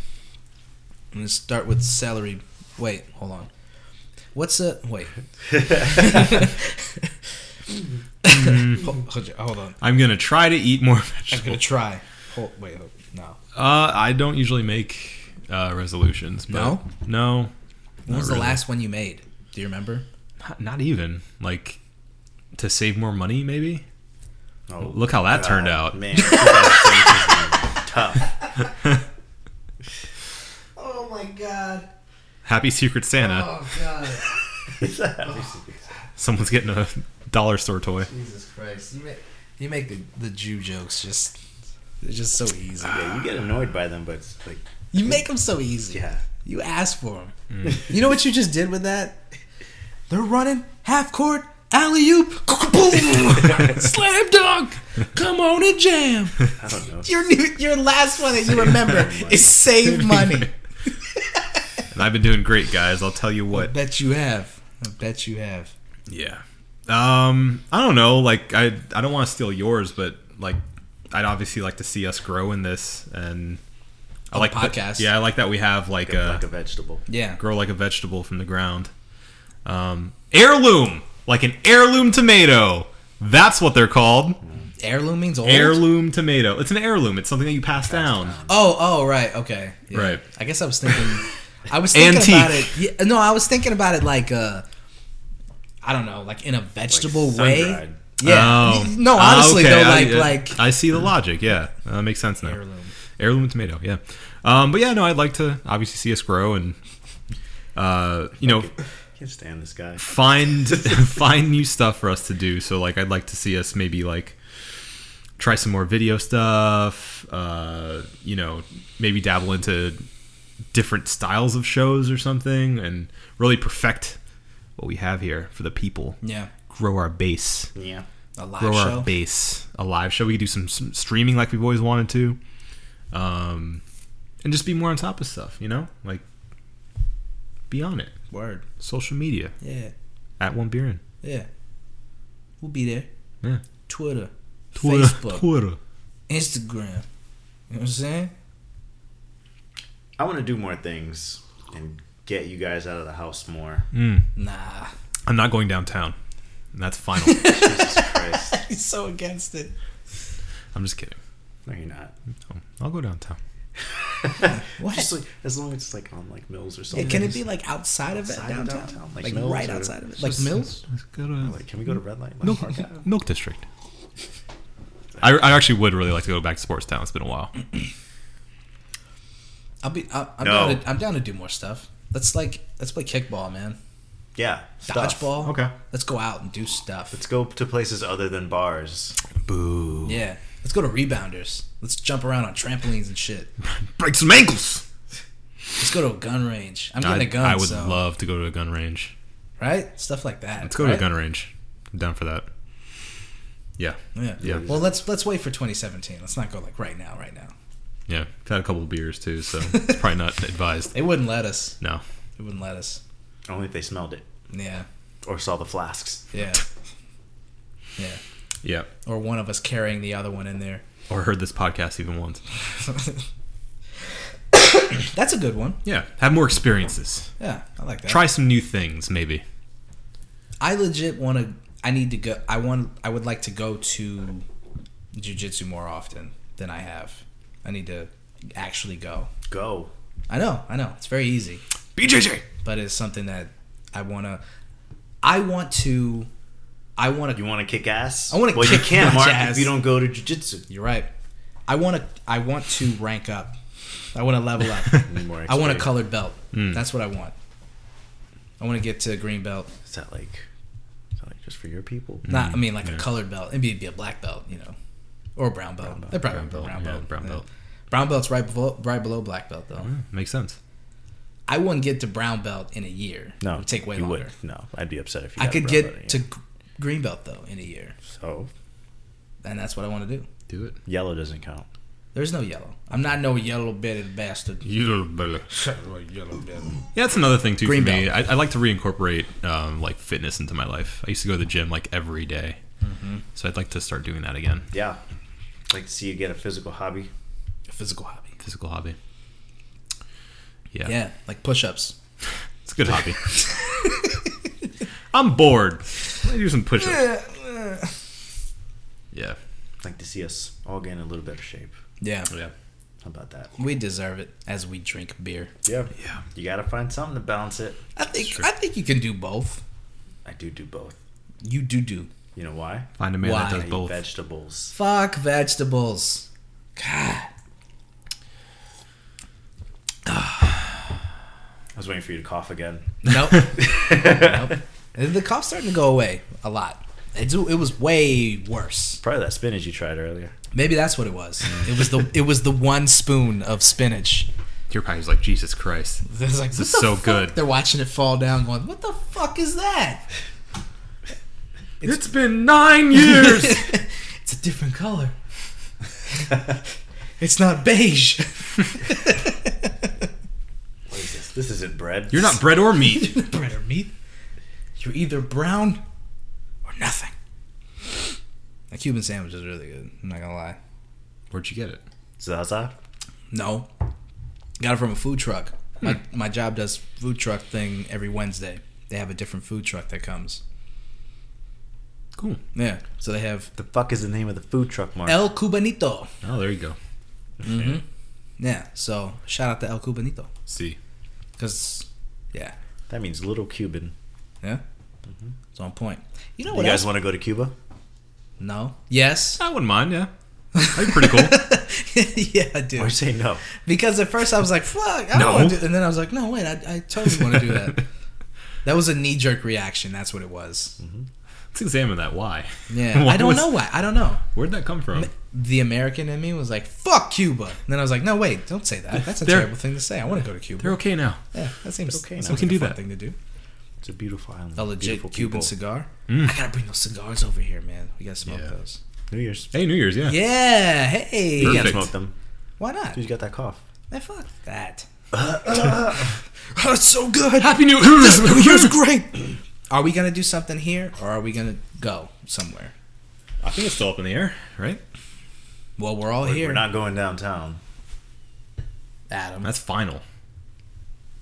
I'm gonna start with celery. Wait, hold on. What's a wait? hold, hold, your- hold on. I'm gonna try to eat more I'm gonna vegetables. try. Hold, wait, hold, no. Uh, I don't usually make uh, resolutions. But No? No. When not was the really. last one you made? Do you remember? Not, not even like to save more money, maybe. Oh, Look how that turned God, out. Man, 2017 was tough. Oh my god! Oh Happy Secret Santa. god! Someone's getting a dollar store toy. Jesus Christ! You make you make the, the Jew jokes just they're just so easy. yeah, you get annoyed by them, but it's like, You make them so easy. yeah. You asked for them. You know what you just did with that? They're running half court alley oop, boom, slam dunk. Come on and jam. I don't know. Your new, your last one that you remember is save money. And I've been doing great, guys. I'll tell you I what. bet you have. I bet you have. Yeah. Um, I don't know. Like, I I don't want to steal yours, but like, I'd obviously like to see us grow in this, and I like that- podcast. yeah, I like that we have like a, like a vegetable. Yeah. grow like a vegetable from the ground. Um, heirloom, like an heirloom tomato. That's what they're called. Heirloom means old. Heirloom tomato. It's an heirloom. It's something that you pass down. Oh, oh, right. Okay. Yeah. Right. I guess I was thinking. I was thinking about it. Antique. Yeah, no, I was thinking about it like uh, I don't know, like in a vegetable way. sun-dried. Yeah. Oh. No, honestly Okay, though, I- like I, like I see the logic. Yeah, that makes sense now. Heirloom. Heirloom tomato. Yeah. Um, but yeah, no, I'd like to obviously see us grow and uh, you know Can't stand this guy. find find new stuff for us to do. So like I'd like to see us maybe like try some more video stuff, uh, you know, maybe dabble into different styles of shows or something and really perfect what we have here for the people. yeah, Grow our base. Yeah. a live Grow show. our base. A live show. We could do some, some streaming like we've always wanted to. Um and just be more on top of stuff, you know? Like be on it. Word. Social media Yeah, at one beer in. yeah. We'll be there. Yeah. Twitter, Twitter, Facebook, Twitter. Instagram. You know what I'm saying? I want to do more things and get you guys out of the house more. Mm. Nah, I'm not going downtown. That's final. Jesus Christ. he's so against it. I'm just kidding. No, you're not. Oh, I'll go downtown. What? Just like as long as it's like on like Mills or Yeah, something. can it be like outside of it Outside of downtown? downtown, like Like, Mills right or- outside of it, like Mills. Let's go to Like, can we go to Red Light? Like, oh Milk, Park Ave? Milk District. I, I actually would really like to go back to sports town. It's been a while. I'll be. I, I'm, No. down to, I'm down to do more stuff. Let's like let's play kickball, man. Yeah. stuff. Dodgeball. Okay. Let's go out and do stuff. Let's go to places other than bars. Boo. yeah. Let's go to rebounders. Let's jump around on trampolines and shit. Break some ankles. Let's go to a gun range. I'm getting I, a gun. I would so- love to go to a gun range. right stuff like that. Let's go to right? a gun range. I'm down for that. Yeah. Yeah. Yeah. Well, let's let's wait for 2017. Let's not go like right now, right now. Yeah. I've had a couple of beers too, so it's probably not advised. They wouldn't let us. No. They wouldn't let us. Only if they smelled it Yeah. or saw the flasks. Yeah. Yeah. Yeah. Or one of us carrying the other one in there. Or heard this podcast even once. That's a good one. Yeah. Have more experiences. Yeah, I like that. Try some new things, maybe. I legit want to. I need to go. I want. I would like to go to jujitsu more often than I have. I need to actually go. Go. I know. I know. It's very easy. BJJ. but it's something that I wanna. I want to. I want You to. want to kick ass? I wanna well, kick you can't, much Mark, ass. if you don't go to jujitsu. You're right. I want to. I want to rank up. I want to level up. Need more I want a experience. colored belt. That's what I want. I want to get to a green belt. Is that like, is that like just for your people? Not. I mean, like yeah. a colored belt. It'd be, it'd be a black belt, you know, or a brown belt. They're probably brown Brown belt. belt, Hmm. yeah, brown yeah. belt. Brown belt's right below, right below black belt though. Makes sense. I wouldn't get to brown belt in a year. No, it would take way you longer. Would. No, I'd be upset if you. I got a could brown get belt in to here. g- green belt though in a year, so and that's what I want to do. Do it. yellow doesn't count. There's no yellow. I'm not no yellow bitted bastard. Yeah, that's another thing too Green for me. belt. I, I like to reincorporate um, like fitness into my life. I used to go to the gym like every day. so I'd like to start doing that again. Yeah, like to see you get a physical hobby. A physical hobby. Physical hobby. Yeah, Yeah, like push-ups. it's a good hobby. I'm bored. I do some push-ups. Yeah, Like to see us all get in a little better shape. Yeah, yeah, How about that? we deserve it as we drink beer. Yeah, yeah. you gotta find something to balance it. I think I think you can do both. I do do both. You do do. You know why? Find a man Why? that I does eat both. vegetables. Fuck vegetables. God. I was waiting for you to cough again. Nope. nope. The cough's starting to go away a lot. It's, it was way worse. Probably that spinach you tried earlier. Maybe that's what it was. It was the it was the one spoon of spinach. Your pie's like Jesus Christ. It's like, "What is the so fuck?" good. They're watching it fall down, going, "What the fuck is that?" it's been nine years. It's a different color. it's not beige. What is this? This isn't bread. You're not bread or meat. Bread or meat. You're either brown or nothing. A Cuban sandwich is really good. I'm not gonna lie. Where'd you get it? Zaza. No. Got it from a food truck. Hmm. My my job does food truck thing every Wednesday. They have a different food truck that comes. Cool. Yeah. So they have The fuck is the name of the food truck, Mark? El Cubanito. Oh, there you go. Yeah. So shout out to El Cubanito See, because yeah, that means little Cuban. yeah, Mm-hmm. it's on point. You know You what guys else? want to go to Cuba? no. Yes. I wouldn't mind. Yeah, that'd be pretty cool. yeah, I do. Or say no? Because at first I was like, "Fuck," I No. don't wanna do, and then I was like, "No, wait, I, I totally want to do that." that was a knee jerk reaction. That's what it was. Let's examine that. Why? Yeah, Mm-hmm. What I don't was- know why. I don't know. Where'd that come from? The American in me was like, "Fuck Cuba," and then I was like, "No, wait, don't say that. That's a They're- terrible thing to say. I want to go to Cuba. They're okay now. Yeah, that seems okay okay. That now. sounds We can like do a fun that. thing to do. It's a beautiful island. A legit beautiful Cuban people. cigar. I gotta bring those cigars over here, man. We gotta smoke Mm. Yeah. those. New Year's. Hey, New Year's. Yeah. Yeah. Hey. You can't Perfect. smoke them. Why not? Dude, you got that cough. Man, fuck that. Uh, That's so good. Happy New Year's. New Year's great. Are we gonna do something here, or are we gonna go somewhere? I think it's still up in the air, right? Well, we're all here, We're not going downtown. Adam. That's final.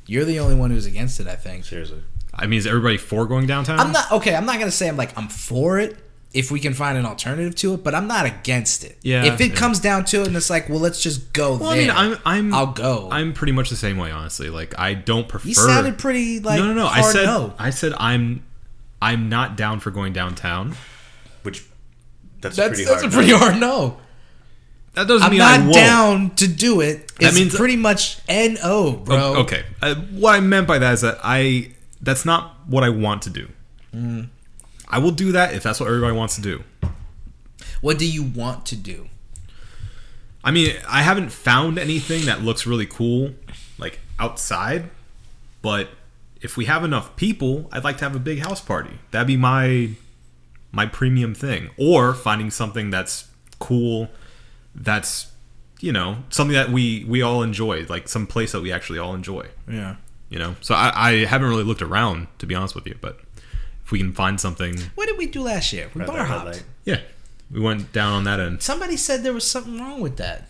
You're the only one who's against it, I think. Seriously. I mean, is everybody for going downtown? I'm not okay. I'm not gonna say I'm like I'm for it if we can find an alternative to it, but I'm not against it. Yeah, If it yeah. comes down to it, and it's like, well, let's just go Well, I mean, there. I'm. I'm. I'll go. I'm pretty much the same way, honestly. Like, I don't prefer. you sounded pretty like no, no, no. I Hard said. no. I said I'm. I'm not down for going downtown. Which, that's, That's pretty that's hard. a pretty no? hard no. That doesn't I'm mean I not won't. down to do it. It's means- pretty much no, bro. Okay. Uh, what I meant by that is that I that's not what I want to do. I will do that if that's what everybody wants to do. What do you want to do? I mean, I haven't found anything that looks really cool like outside, but if we have enough people, I'd like to have a big house party. That'd be my my premium thing or finding something that's cool that's you know, something that we we all enjoy, like some place that we actually all enjoy. Yeah. you know so I, I haven't really looked around to be honest with you but if we can find something What did we do last year? We Red bar light, red hopped. light. yeah we went down on that end Somebody said there was something wrong with that.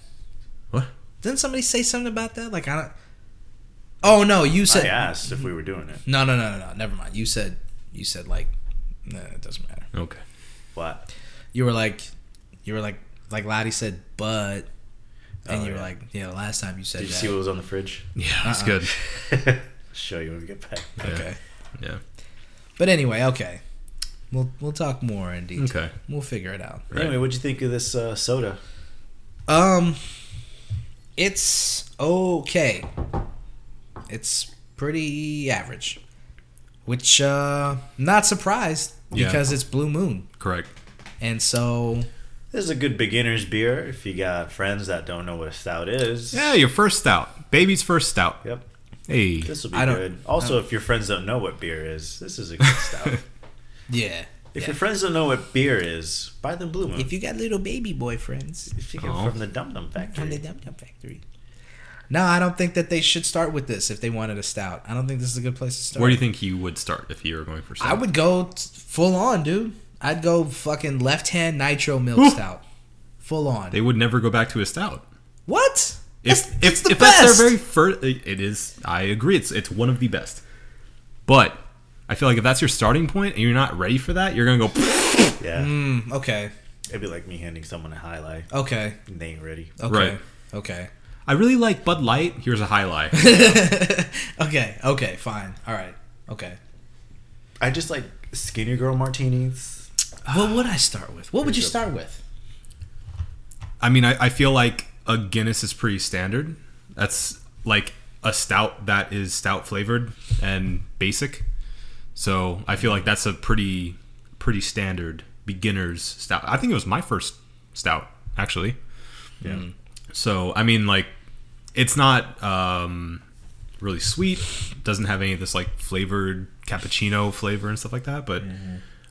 what Didn't somebody say something about that? Like I don't. Oh no, you I said asked if we were doing it. no, no, no, no, no. Never mind. You said you said like, no, it doesn't matter. okay What? You were like, you were like, like Lottie said, but, and Oh, you were yeah. like, yeah, the last time you said Did you that. see what was on the fridge? yeah that's good Show you when we get back. okay. yeah But anyway, okay. We'll we'll talk more in detail. okay We'll figure it out. Right. Anyway, what'd you think of this uh, soda? Um, it's okay. It's pretty average, which uh, not surprised Yeah. because it's Blue Moon, correct and so This is a good beginner's beer if you got friends that don't know what a stout is. Yeah, your first stout, baby's first stout. Yep. Hey, This will be I don't- good. Also, if your friends don't know what beer is, this is a good stout. Yeah. if yeah. your friends don't know what beer is, buy them Blue Moon. If you got little baby boyfriends If you get Oh. from the Dum Dum from the Factory. Dum Dum Factory, No, I don't think that they should start with this if they wanted a stout. I don't think this is a good place to start. where do you think you would start if you were going for stout? I would go t- full on, dude. I'd go fucking left hand nitro milk stout. Full on. They would never go back to a stout. what? If That's- if, that's the if that's best. their very first, it is. I agree. It's it's one of the best. But I feel like if that's your starting point and you're not ready for that, you're gonna go. Yeah. Mm, okay. It'd be like me handing someone a high life Okay. and they ain't ready. Okay. Right. Okay. I really like Bud Light. Here's a highlight. okay. Okay. Fine. All right. Okay. I just like skinny girl martinis. What would I start with? What would you good. start with? I mean, I, I feel like a Guinness is pretty standard. That's like a stout that is stout flavored and basic. So I feel like that's a pretty pretty standard beginner's stout. I think it was my first stout actually. Yeah. So I mean, like, it's not um, really sweet. Doesn't have any of this like flavored cappuccino flavor and stuff like that. But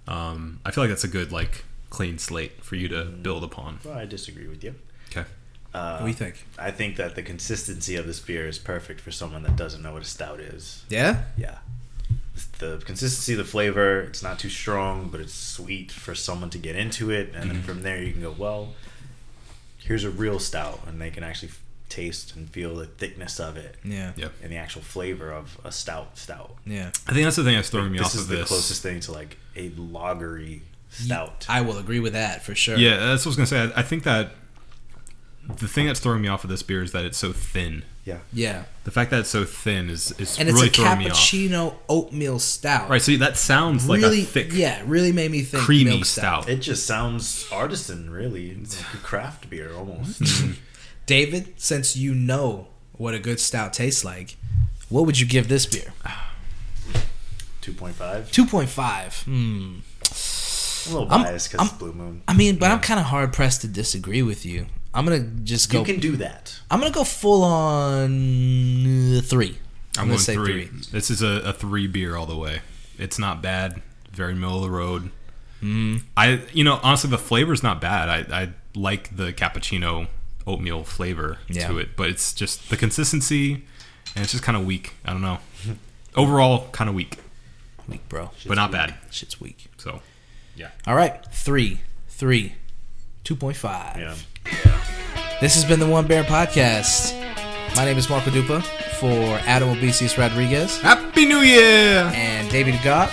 um, I feel like that's a good like clean slate for you to build upon. Well, I disagree with you. Uh, Okay. what Uh, do you think? I think that the consistency of this beer is perfect for someone that doesn't know what a stout is. Yeah. Yeah. It's The consistency, of the flavor, it's not too strong, but it's sweet for someone to get into it. And then from there, you can go, well, here's a real stout. And they can actually f- taste and feel the thickness of it Yeah. Yeah. and the actual flavor of a stout stout. Yeah. I think that's the thing that's throwing me this off is of the this. closest thing to like a lagery stout. I will agree with that for sure. Yeah, that's what I was gonna say. I, I think that the thing that's throwing me off of this beer is that it's so thin. yeah. Yeah. The fact that it's so thin is is And it's really a throwing me off. cappuccino oatmeal stout. Right. So that sounds like really, a thick, yeah, really made me think creamy milk stout. stout. It just sounds artisan, really. It's like a craft beer almost. David, since you know what a good stout tastes like, what would you give this beer? Ah. 2.5. Two point five. Hmm. Mm, I'm a little I'm- biased because it's Blue Moon. I mean, but I'm kind of hard pressed to disagree with you. I'm gonna just go. You can do that. I'm gonna go full on uh, three. I'm going three. This is a, a three beer all the way. It's not bad. Very middle of the road. Hmm. Mm. I you know honestly the flavor's not bad. I, I like the cappuccino oatmeal flavor Yeah. to it, but it's just the consistency and it's just kind of weak. I don't know. Overall, kind of weak, Weak, bro. but not bad. Shit's weak. So All right, three, three, two point five. Yeah. This has been the One Bear Podcast. My name is Marco Dupa for Adam Obesius Rodriguez Happy New Year! and David Gott.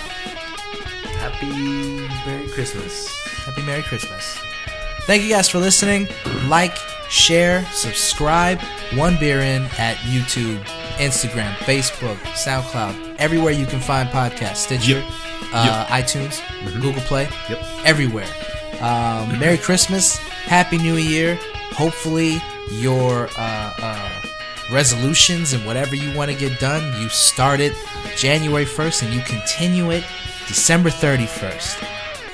Happy Merry Christmas. Happy Merry Christmas. Thank you guys for listening. Like, share, subscribe. One Beer In at YouTube, Instagram, Facebook, SoundCloud, everywhere you can find podcasts. Stitcher, Yep. Mm-hmm. Uh, iTunes, Google Play, Yep. everywhere. Um, Merry Christmas. Happy New Year. Hopefully, your uh, uh, resolutions and whatever you want to get done, you start it January 1st and you continue it December 31st.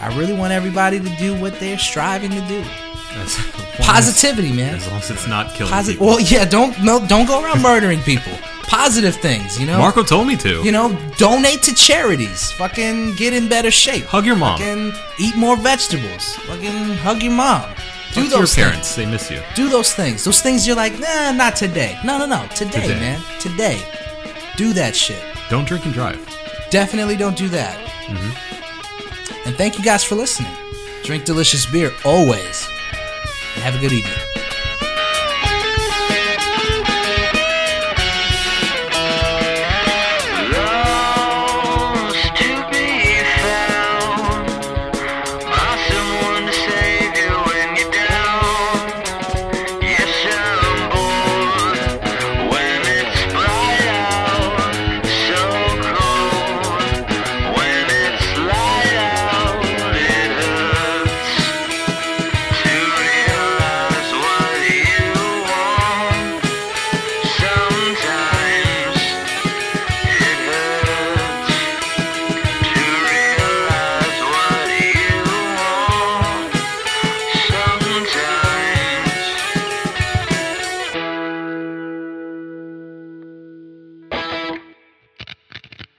I really want everybody to do what they're striving to do. That's- Positivity, man. As long as it's not killing Positive. people. Well, yeah. Don't no. Don't go around murdering people. Positive things, you know. Marco told me to. You know, donate to charities. Fucking get in better shape. Hug your mom. Fucking eat more vegetables. Fucking hug your mom. Do Talk to those your things. parents. They miss you. Do those things. Those things you're like, nah, not today. No, no, no. Today, Today. man. Today. Do that shit. Don't drink and drive. Definitely don't do that. Mm-hmm. And thank you guys for listening. Drink delicious beer always. And have a good evening.